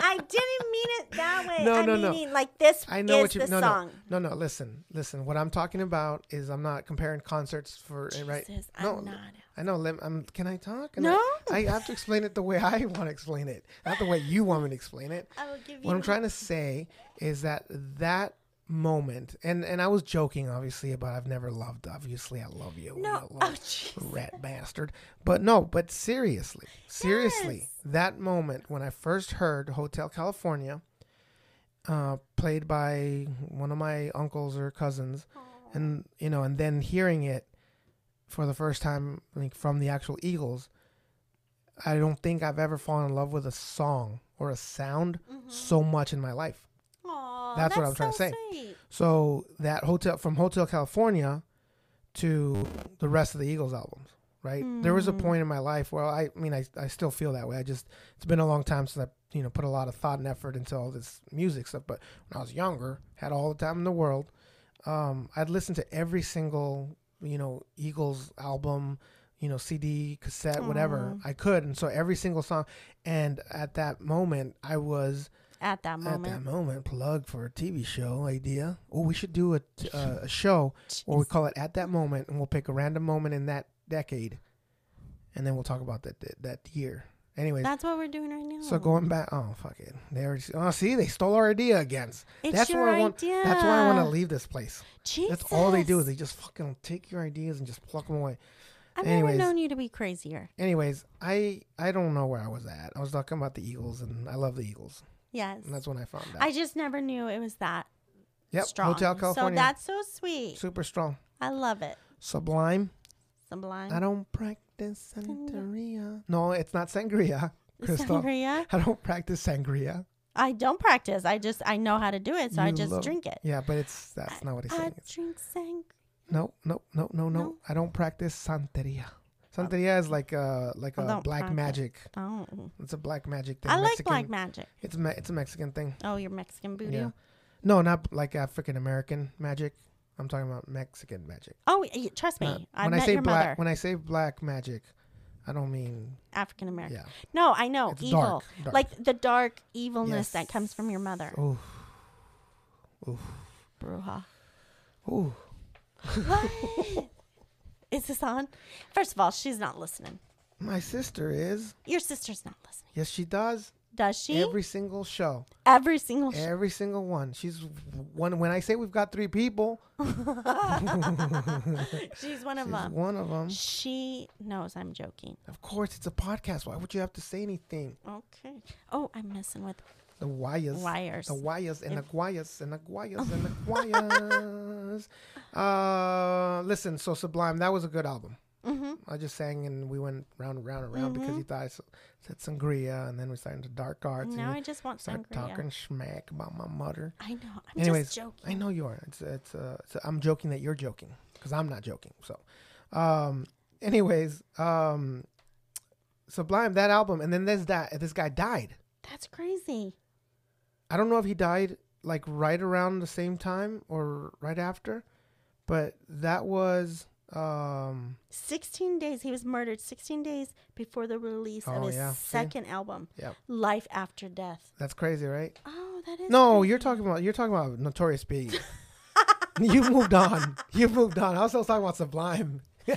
Speaker 3: I didn't mean
Speaker 2: [laughs]
Speaker 3: it that way.
Speaker 2: No,
Speaker 3: I'm
Speaker 2: no, no.
Speaker 3: meaning like this
Speaker 2: [laughs] I know
Speaker 3: is
Speaker 2: what you
Speaker 3: the
Speaker 2: no,
Speaker 3: song.
Speaker 2: no no no listen listen what I'm talking about is I'm not comparing concerts for eh, right
Speaker 3: Jesus, I'm
Speaker 2: no
Speaker 3: not.
Speaker 2: I know lem- I'm can I talk Can
Speaker 3: No.
Speaker 2: I, I have to explain it the way I [laughs] want to explain it not the way you want me to explain it
Speaker 3: I will give Uh, you.
Speaker 2: what I'm trying to say is that that moment and and I was joking obviously about I've never loved obviously I love you
Speaker 3: No.
Speaker 2: You
Speaker 3: Oh,
Speaker 2: little
Speaker 3: jeez.
Speaker 2: rat bastard but no but seriously seriously
Speaker 3: Yes.
Speaker 2: that moment when I first heard Hotel California uh, played by one of my uncles or cousins, and you know, and then hearing it for the first time, like from the actual Eagles, I don't think I've ever fallen in love with a song or a sound so much in my life.
Speaker 3: Aw,
Speaker 2: That's what I'm trying to
Speaker 3: so
Speaker 2: say.
Speaker 3: sweet.
Speaker 2: So that hotel from Hotel California to the rest of the Eagles albums, right? There was a point in my life where I, I mean, I, I still feel that way. I just, it's been a long time since I, you know, put a lot of thought and effort into all this music stuff. But when I was younger, had all the time in the world, um, I'd listen to every single, you know, Eagles album, you know, CD, cassette, whatever I could. And so every single song. And at that moment, I was,
Speaker 3: at that moment.
Speaker 2: at that moment, plug for a TV show idea. Oh, we should do a, t- uh, a show where we call it At That Moment, and we'll pick a random moment in that decade, and then we'll talk about that that, that year. Anyways,
Speaker 3: That's what we're doing right now.
Speaker 2: so going back, oh fuck it, they already. Oh, see, they stole our idea again.
Speaker 3: It's
Speaker 2: that's
Speaker 3: your
Speaker 2: where I want. That's why I want to
Speaker 3: idea.
Speaker 2: leave this place.
Speaker 3: Jesus.
Speaker 2: That's all they do is they just fucking take your ideas and just pluck them away.
Speaker 3: I've
Speaker 2: anyways.
Speaker 3: never known you to be crazier.
Speaker 2: Anyways, I I don't know where I was at. I was talking about the Eagles, and I love the Eagles,
Speaker 3: Yes.
Speaker 2: and that's when I found out.
Speaker 3: I just never knew it was that
Speaker 2: yep,
Speaker 3: strong.
Speaker 2: Hotel California,
Speaker 3: So that's so sweet.
Speaker 2: super strong.
Speaker 3: I love it.
Speaker 2: Sublime.
Speaker 3: Sublime.
Speaker 2: I don't practice sangria. No, it's not
Speaker 3: [laughs]
Speaker 2: sangria, Crystal.
Speaker 3: Sangria.
Speaker 2: I don't practice sangria.
Speaker 3: I don't practice. I just I know how to do it, so I
Speaker 2: You
Speaker 3: just
Speaker 2: love-
Speaker 3: drink it.
Speaker 2: Yeah, but it's that's not what he's
Speaker 3: I
Speaker 2: saying. It's,
Speaker 3: drink sangria.
Speaker 2: no, no, no, no, no,
Speaker 3: No. Uh,
Speaker 2: I don't practice santeria. Santeria is like a like
Speaker 3: I
Speaker 2: a
Speaker 3: don't
Speaker 2: black
Speaker 3: practice.
Speaker 2: magic.
Speaker 3: Oh,
Speaker 2: It's a black magic thing.
Speaker 3: I like
Speaker 2: Mexican,
Speaker 3: black magic.
Speaker 2: It's me- it's a Mexican thing.
Speaker 3: Oh, you're Mexican voodoo.
Speaker 2: Yeah. No, not like African American magic. I'm talking about Mexican magic.
Speaker 3: Oh, y- trust me.
Speaker 2: Not-
Speaker 3: I
Speaker 2: when
Speaker 3: met
Speaker 2: I say
Speaker 3: your
Speaker 2: black,
Speaker 3: mother,
Speaker 2: when I say black magic, I don't mean
Speaker 3: African American.
Speaker 2: yeah.
Speaker 3: No, I know
Speaker 2: It's
Speaker 3: Oh, evil,
Speaker 2: dark, dark.
Speaker 3: like the dark evilness
Speaker 2: Yes.
Speaker 3: that comes from your mother,
Speaker 2: Oh,
Speaker 3: Bruja.
Speaker 2: oh.
Speaker 3: What? Is this on? First of all, she's not listening.
Speaker 2: My sister is.
Speaker 3: Your sister's not listening.
Speaker 2: Yes, she does.
Speaker 3: Does she? Every,
Speaker 2: Every single show,
Speaker 3: single. sh-
Speaker 2: every single one. She's one. When I say we've got three people,
Speaker 3: [laughs] she's one of
Speaker 2: she's
Speaker 3: them.
Speaker 2: one of them.
Speaker 3: She knows I'm joking.
Speaker 2: Of course, it's a podcast. Why would you have to say anything?
Speaker 3: Okay. Oh, I'm messing with.
Speaker 2: The wires,
Speaker 3: Wires.
Speaker 2: the wires, and the guayas, and the guayas,
Speaker 3: [laughs]
Speaker 2: and the guayas. Uh, listen. So sublime. That was a good album.
Speaker 3: Mm-hmm.
Speaker 2: I just sang and we went round and round and round because you thought I s- said sangria, and then we started into dark arts.
Speaker 3: Now
Speaker 2: and you
Speaker 3: I just want
Speaker 2: started
Speaker 3: sangria.
Speaker 2: talking smack about my mother.
Speaker 3: I know. I'm
Speaker 2: Anyways,
Speaker 3: just joking.
Speaker 2: I know you are. It's it's, uh, it's I'm joking that you're joking because I'm not joking. So, um, anyways, um, Sublime that album, and then this that this guy died.
Speaker 3: That's crazy.
Speaker 2: I don't know if he died like right around the same time or right after, but that was um
Speaker 3: 16 days. He was murdered 16 days before the release
Speaker 2: Oh,
Speaker 3: of his
Speaker 2: yeah. See?
Speaker 3: second album,
Speaker 2: Yep.
Speaker 3: Life After Death.
Speaker 2: that's crazy, right?
Speaker 3: Oh, that is.
Speaker 2: No, you're talking about you're talking about Notorious B. you moved on. You moved on. I was still talking about Sublime. [laughs]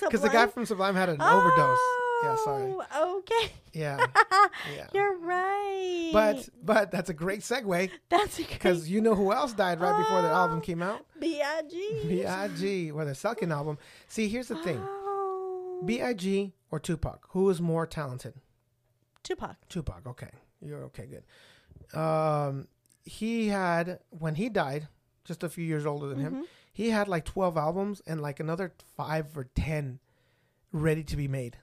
Speaker 2: Because [laughs]
Speaker 3: Oh I know
Speaker 2: the guy from Sublime had an overdose. Yeah, sorry.
Speaker 3: Oh, Okay.
Speaker 2: Yeah.
Speaker 3: [laughs]
Speaker 2: Yeah.
Speaker 3: You're right.
Speaker 2: But but that's a great segue
Speaker 3: that's
Speaker 2: because
Speaker 3: because
Speaker 2: you know who else died right before that album
Speaker 3: Oh.
Speaker 2: came out?
Speaker 3: B.I.G.
Speaker 2: B.I.G. with their second album. See, here's the thing:
Speaker 3: Oh.
Speaker 2: B.I.G. or Tupac, who is more talented?
Speaker 3: Tupac.
Speaker 2: Tupac. Okay, you're okay. Good. Um, he had when he died, just a few years older than
Speaker 3: Mm-hmm.
Speaker 2: him. He had like 12 albums and like another five or 10 ready to be made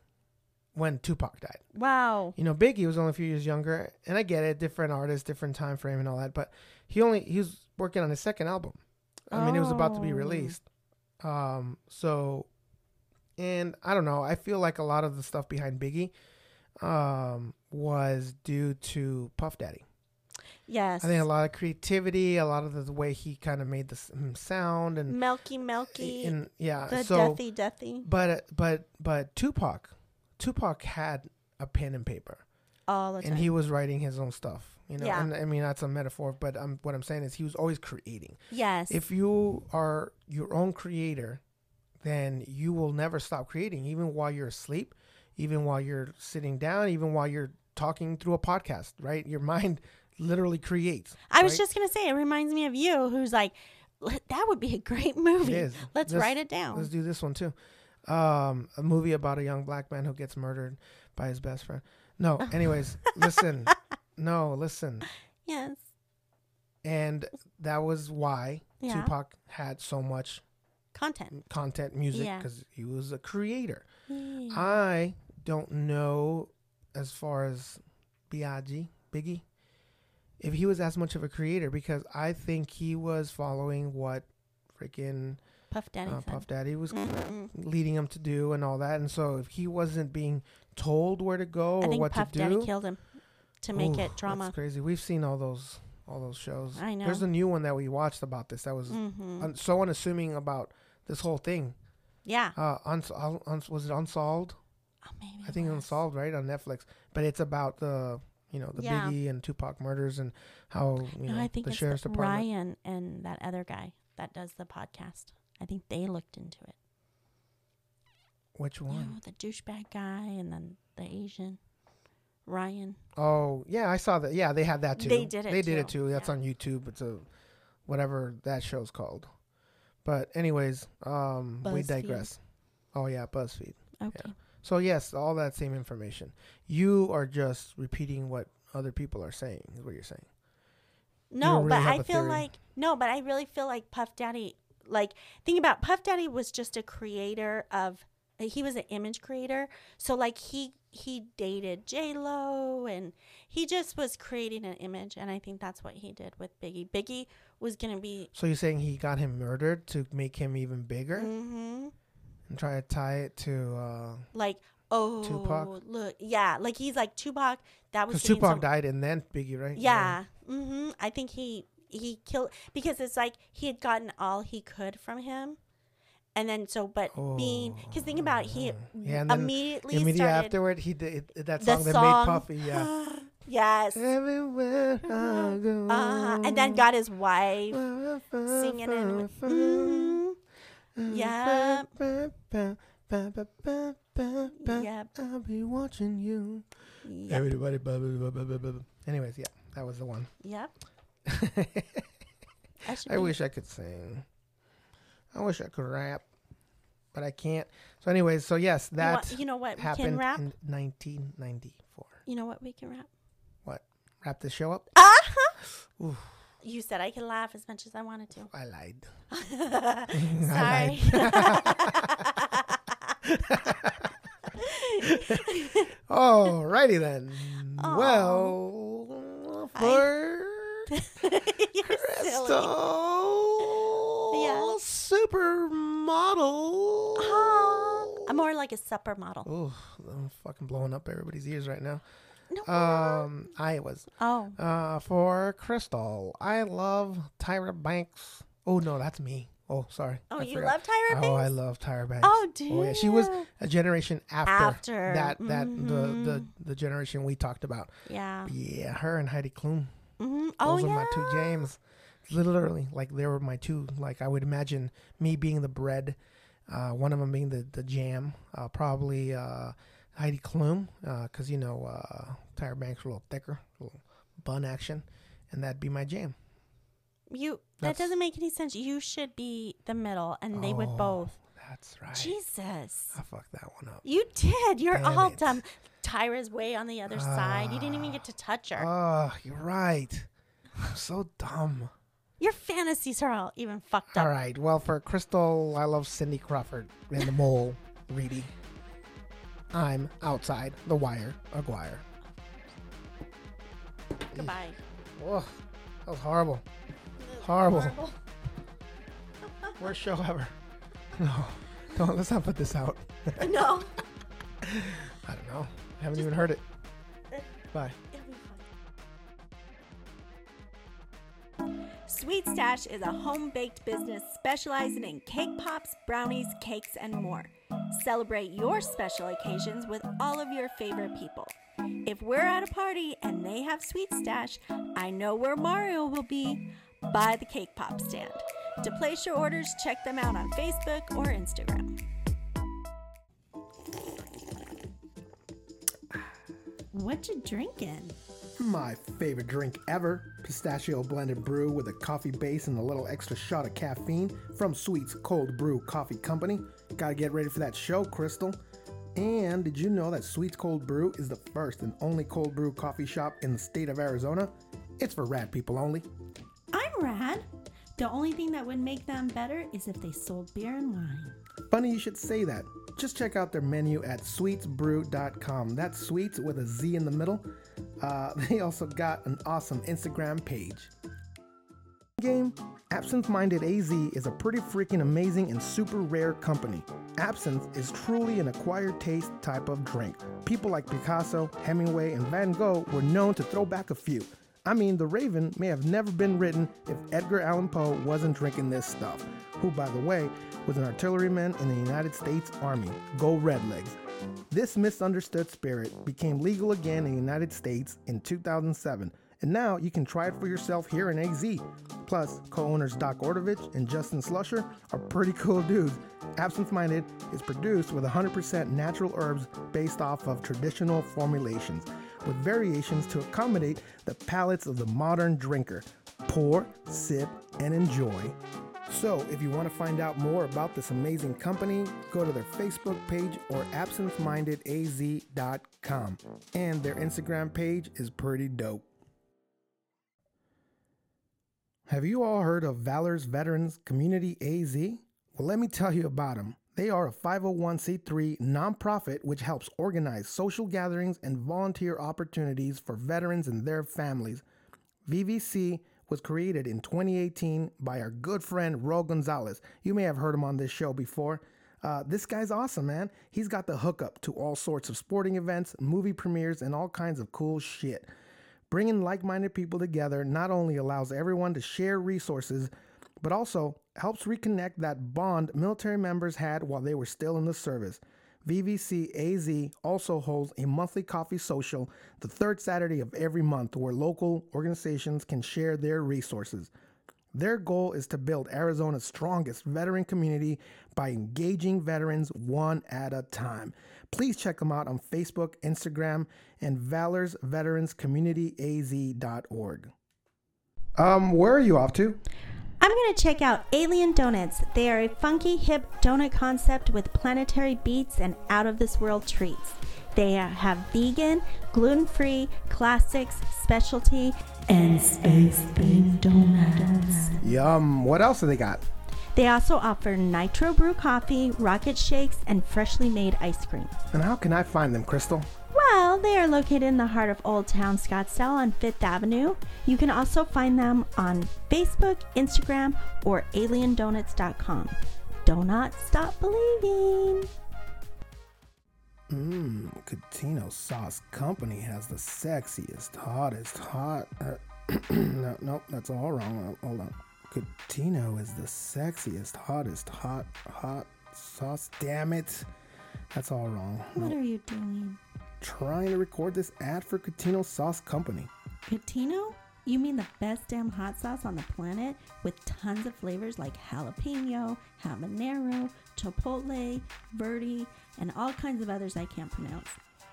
Speaker 2: when Tupac died.
Speaker 3: Wow.
Speaker 2: You know, Biggie was only a few years younger, and I get it, different artist, different time frame, and all that. But he only he was working on his second album. I mean, it was about to be
Speaker 3: Oh.
Speaker 2: released. Um, so, and I don't know. I feel like a lot of the stuff behind Biggie, um, was due to Puff Daddy.
Speaker 3: Yes.
Speaker 2: I think a lot of creativity, a lot of the, the way he kind of made the s- mm, sound, and,
Speaker 3: Melky Melky.
Speaker 2: and yeah.
Speaker 3: the
Speaker 2: uh, so,
Speaker 3: Deathy Deathy.
Speaker 2: but but but Tupac, Tupac had a pen and paper
Speaker 3: All the time.
Speaker 2: and he was writing his own stuff you know
Speaker 3: Yeah.
Speaker 2: and i mean that's a metaphor but um, what i'm saying is he was always creating
Speaker 3: yes.
Speaker 2: if you are your own creator then you will never stop creating even while you're asleep even while you're sitting down even while you're talking through a podcast right your mind [laughs] literally
Speaker 3: [laughs]
Speaker 2: creates
Speaker 3: I was
Speaker 2: right?
Speaker 3: just gonna say it reminds me of you, who's like, "Let- that would be a great movie.
Speaker 2: is.
Speaker 3: Let's
Speaker 2: This-
Speaker 3: write it down.
Speaker 2: Let's do this one too. Um, a movie about a young black man who gets murdered by his best friend.
Speaker 3: [laughs]
Speaker 2: No, anyways, listen. No, listen.
Speaker 3: [laughs] yes.
Speaker 2: And that was why
Speaker 3: Yeah.
Speaker 2: Tupac had so much
Speaker 3: Content.
Speaker 2: content music
Speaker 3: Yeah.
Speaker 2: because he was a creator.
Speaker 3: Yeah.
Speaker 2: I don't know as far as B.I.G. Biggie if he was as much of a creator because I think he was following what freaking
Speaker 3: Puff Daddy.
Speaker 2: uh,
Speaker 3: said. Mm.
Speaker 2: Puff Daddy was
Speaker 3: Mm-mm.
Speaker 2: leading him to do and all that. And so if he wasn't being told where to go
Speaker 3: I
Speaker 2: or
Speaker 3: think
Speaker 2: Oh, what
Speaker 3: Puff
Speaker 2: to
Speaker 3: Daddy
Speaker 2: do,
Speaker 3: killed him to make
Speaker 2: oof,
Speaker 3: it drama.
Speaker 2: That's crazy. We've seen all those all those shows.
Speaker 3: I know.
Speaker 2: There's a new one that we watched about this. That was
Speaker 3: hmm
Speaker 2: un- so unassuming about this whole thing.
Speaker 3: Yeah.
Speaker 2: Uh, uns- un- uns- was it Unsolved?
Speaker 3: Oh, maybe
Speaker 2: I think
Speaker 3: it was.
Speaker 2: Unsolved, right on Netflix. But it's about the you know the
Speaker 3: Yeah.
Speaker 2: Biggie and Tupac murders and how you
Speaker 3: No,
Speaker 2: know
Speaker 3: I think
Speaker 2: the
Speaker 3: it's
Speaker 2: sheriff's
Speaker 3: the
Speaker 2: department.
Speaker 3: Ryan and that other guy that does the podcast. I think they looked into it.
Speaker 2: Which
Speaker 3: You
Speaker 2: one?
Speaker 3: know, the douchebag guy and then the Asian Ryan.
Speaker 2: Oh yeah, I saw that. Yeah, they had that too.
Speaker 3: They did it
Speaker 2: They did it
Speaker 3: too,
Speaker 2: too. That's
Speaker 3: yeah.
Speaker 2: on YouTube. It's a whatever that show's called. But anyways, um, we
Speaker 3: BuzzFeed.
Speaker 2: digress. Oh yeah, BuzzFeed.
Speaker 3: Okay.
Speaker 2: So yes, all that same information. You are just repeating what other people are saying. Is what you're saying.
Speaker 3: No,
Speaker 2: don't
Speaker 3: but
Speaker 2: really have
Speaker 3: I
Speaker 2: a
Speaker 3: feel
Speaker 2: theory.
Speaker 3: like no, but I really feel like Puff Daddy. Like think about Puff Daddy was just a creator of. He was an image creator, so like he he dated J Lo and he just was creating an image, and I think that's what he did with Biggie. Biggie was gonna be.
Speaker 2: So you're saying he got him murdered to make him even bigger
Speaker 3: hmm
Speaker 2: and try to tie it to. uh
Speaker 3: like oh
Speaker 2: Tupac?
Speaker 3: look yeah like he's like Tupac that was
Speaker 2: because
Speaker 3: getting
Speaker 2: Tupac
Speaker 3: some-
Speaker 2: died and then Biggie, right?
Speaker 3: yeah, hmm I think he he killed because it's like he had gotten all he could from him and then so but being because think about it, he
Speaker 2: Oh, Yeah, and then
Speaker 3: immediately
Speaker 2: Immediately
Speaker 3: started
Speaker 2: afterward, he did that
Speaker 3: The
Speaker 2: song that
Speaker 3: song.
Speaker 2: made Puffy. Yeah.
Speaker 3: [laughs] [gasps] yes
Speaker 2: Everywhere I go.
Speaker 3: uh-huh. and then got his wife singing
Speaker 2: singing
Speaker 3: and went, "Mm, yeah. yep
Speaker 2: I'll be watching you.
Speaker 3: yep
Speaker 2: Everybody. Blah, blah, blah, blah, blah, blah, blah. Anyways, yeah, that was the one. [laughs]
Speaker 3: yep That should
Speaker 2: I
Speaker 3: be-
Speaker 2: wish I could sing. I wish I could rap, but I can't. So, anyways, so yes,
Speaker 3: you know
Speaker 2: that
Speaker 3: what- you know what we
Speaker 2: happened
Speaker 3: can rap
Speaker 2: in 1994.
Speaker 3: you know what we can rap
Speaker 2: Wrap this show up.
Speaker 3: Uh-huh.
Speaker 2: Oof.
Speaker 3: You said I could laugh as much as I
Speaker 2: [laughs]
Speaker 3: wanted to. [laughs]
Speaker 2: I lied.
Speaker 3: Sorry.
Speaker 2: [laughs]
Speaker 3: [laughs]
Speaker 2: Alrighty then.
Speaker 3: Aw.
Speaker 2: Well,
Speaker 3: I-
Speaker 2: for
Speaker 3: [laughs] You're silly.
Speaker 2: Crystal,
Speaker 3: Yeah.
Speaker 2: supermodel.
Speaker 3: I'm more like a supper model.
Speaker 2: Oh, I'm fucking blowing up everybody's ears right
Speaker 3: [laughs]
Speaker 2: now.
Speaker 3: No.
Speaker 2: Um, I was.
Speaker 3: oh,
Speaker 2: Uh, for Crystal, I love Tyra Banks. Oh no, that's me. Oh, sorry.
Speaker 3: oh,
Speaker 2: I
Speaker 3: you
Speaker 2: forgot.
Speaker 3: love Tyra Banks?
Speaker 2: Oh, I love Tyra Banks.
Speaker 3: Oh, do
Speaker 2: Oh, yeah, she was
Speaker 3: you?
Speaker 2: a generation after,
Speaker 3: After,
Speaker 2: that that
Speaker 3: mhm.
Speaker 2: the, the the generation we talked about.
Speaker 3: yeah.
Speaker 2: Yeah, her and Heidi Klum.
Speaker 3: hmm Oh,
Speaker 2: Those are
Speaker 3: yeah.
Speaker 2: my two jams. Literally, like they were my two. Like I would imagine me being the bread, uh, one of them being the the jam. Uh, probably uh, Heidi Klum, because you know uh, Tyra Banks were a little thicker, a little bun action, and that'd be my jam.
Speaker 3: You. That
Speaker 2: That's-
Speaker 3: doesn't make any sense. You should be the middle, and they
Speaker 2: Oh,
Speaker 3: would both.
Speaker 2: That's right.
Speaker 3: Jesus.
Speaker 2: I fucked that one up.
Speaker 3: You did. You're
Speaker 2: Damn
Speaker 3: all
Speaker 2: it. Uh,
Speaker 3: dumb. Tyra's way on the other side. You didn't even get to touch her.
Speaker 2: Oh, you're right. I'm so dumb.
Speaker 3: Your fantasies are all even fucked up.
Speaker 2: All right. Well, for Crystal, I love Cindy Crawford and the mole, [laughs] Reedy. I'm outside the wire, Aguirre.
Speaker 3: Goodbye.
Speaker 2: Ugh, that was horrible. Horrible.
Speaker 3: Horrible.
Speaker 2: Worst show ever. No, don't. Let's not put this out.
Speaker 3: [laughs] no.
Speaker 2: I don't know. I haven't even heard it. Bye.
Speaker 3: It'll be fun. Sweet Stash is a home baked business specializing in cake pops, brownies, cakes, and more. Celebrate your special occasions with all of your favorite people. If we're at a party and they have Sweet Stash, I know where Mario will be by the cake pop stand. To place your orders, check them out on Facebook or Instagram. What you drinking?
Speaker 2: My favorite drink ever pistachio blended brew with a coffee base and a little extra shot of caffeine from Sweet's Cold Brew Coffee Company. Gotta get ready for that show, Crystal. And did you know that Sweet's Cold Brew is the first and only cold brew coffee shop in the state of Arizona? It's for rad people only.
Speaker 1: I'm rad. The only thing that would make them better is if they sold beer and wine.
Speaker 2: Funny you should say that. Just check out their menu at sweetsbrew.com. That's sweets with a Z in the middle. [laughs] Uh, they also got an awesome Instagram page. Game Absinthe Minded AZ is a pretty freaking amazing and super rare company. Absinthe is truly an acquired taste type of drink. People like Picasso, Hemingway, and Van Gogh were known to throw back a few. I mean, The Raven may have never been written if Edgar Allan Poe wasn't drinking this stuff, who, by the way, was an artilleryman in the United States Army. Go Redlegs. This misunderstood spirit became legal again in the United States in 2007, and now you can try it for yourself here in AZ. Plus, co owners Doc Ordovich and Justin Slusher are pretty cool dudes. Absinthe Minded is produced with 100% natural herbs based off of traditional formulations, with variations to accommodate the palates of the modern drinker. Pour, sip, and enjoy. So, if you want to find out more about this amazing company, go to their Facebook page or absentmindedaz.com. And their Instagram page is pretty dope. Have you all heard of Valor's Veterans Community AZ? Well, let me tell you about them. They are a 501c3 nonprofit which helps organize social gatherings and volunteer opportunities for veterans and their families. VVC was created in 2018 by our good friend Ro Gonzalez. You may have heard him on this show before. Uh, this guy's awesome, man. He's got the hookup to all sorts of sporting events, movie premieres, and all kinds of cool shit. Bringing like minded people together not only allows everyone to share resources, but also helps reconnect that bond military members had while they were still in the service. VVC AZ also holds a monthly coffee social the third Saturday of every month where local organizations can share their resources. Their goal is to build Arizona's strongest veteran community by engaging veterans one at a time. Please check them out on Facebook, Instagram, and Valor's Veterans Community AZ.org. Um, where are you off to?
Speaker 3: I'm going to check out Alien Donuts. They are a funky, hip donut concept with planetary beats and out of this world treats. They uh, have vegan, gluten free, classics, specialty, and space themed donuts.
Speaker 2: Yum. What else do they got?
Speaker 3: They also offer nitro brew coffee, rocket shakes, and freshly made ice cream.
Speaker 2: And how can I find them, Crystal?
Speaker 3: Well, they are located in the heart of Old Town Scottsdale on Fifth Avenue. You can also find them on Facebook, Instagram, or aliendonuts.com. Do not stop believing.
Speaker 2: Mmm, Catino Sauce Company has the sexiest, hottest, hot. Uh, [clears throat] no, no, that's all wrong. Uh, Hold on. Catino is the sexiest, hottest, hot, hot sauce. Damn it. That's all wrong.
Speaker 3: What are you doing?
Speaker 2: Trying to record this ad for Catino Sauce Company.
Speaker 3: Catino? You mean the best damn hot sauce on the planet with tons of flavors like jalapeno, habanero, chipotle, verde, and all kinds of others I can't pronounce.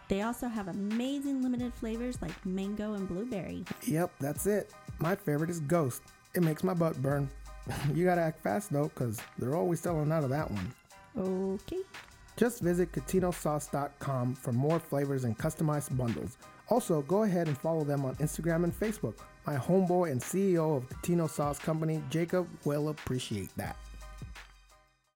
Speaker 3: They also have amazing limited flavors like mango and blueberry.
Speaker 2: Yep, that's it. My favorite is Ghost. It makes my butt burn. [laughs] you gotta act fast though, because they're always selling out of that one.
Speaker 3: Okay.
Speaker 2: Just visit catinosauce.com for more flavors and customized bundles. Also, go ahead and follow them on Instagram E and Facebook. My homeboy and CEO of Catino Sauce Company, Jacob, will appreciate that.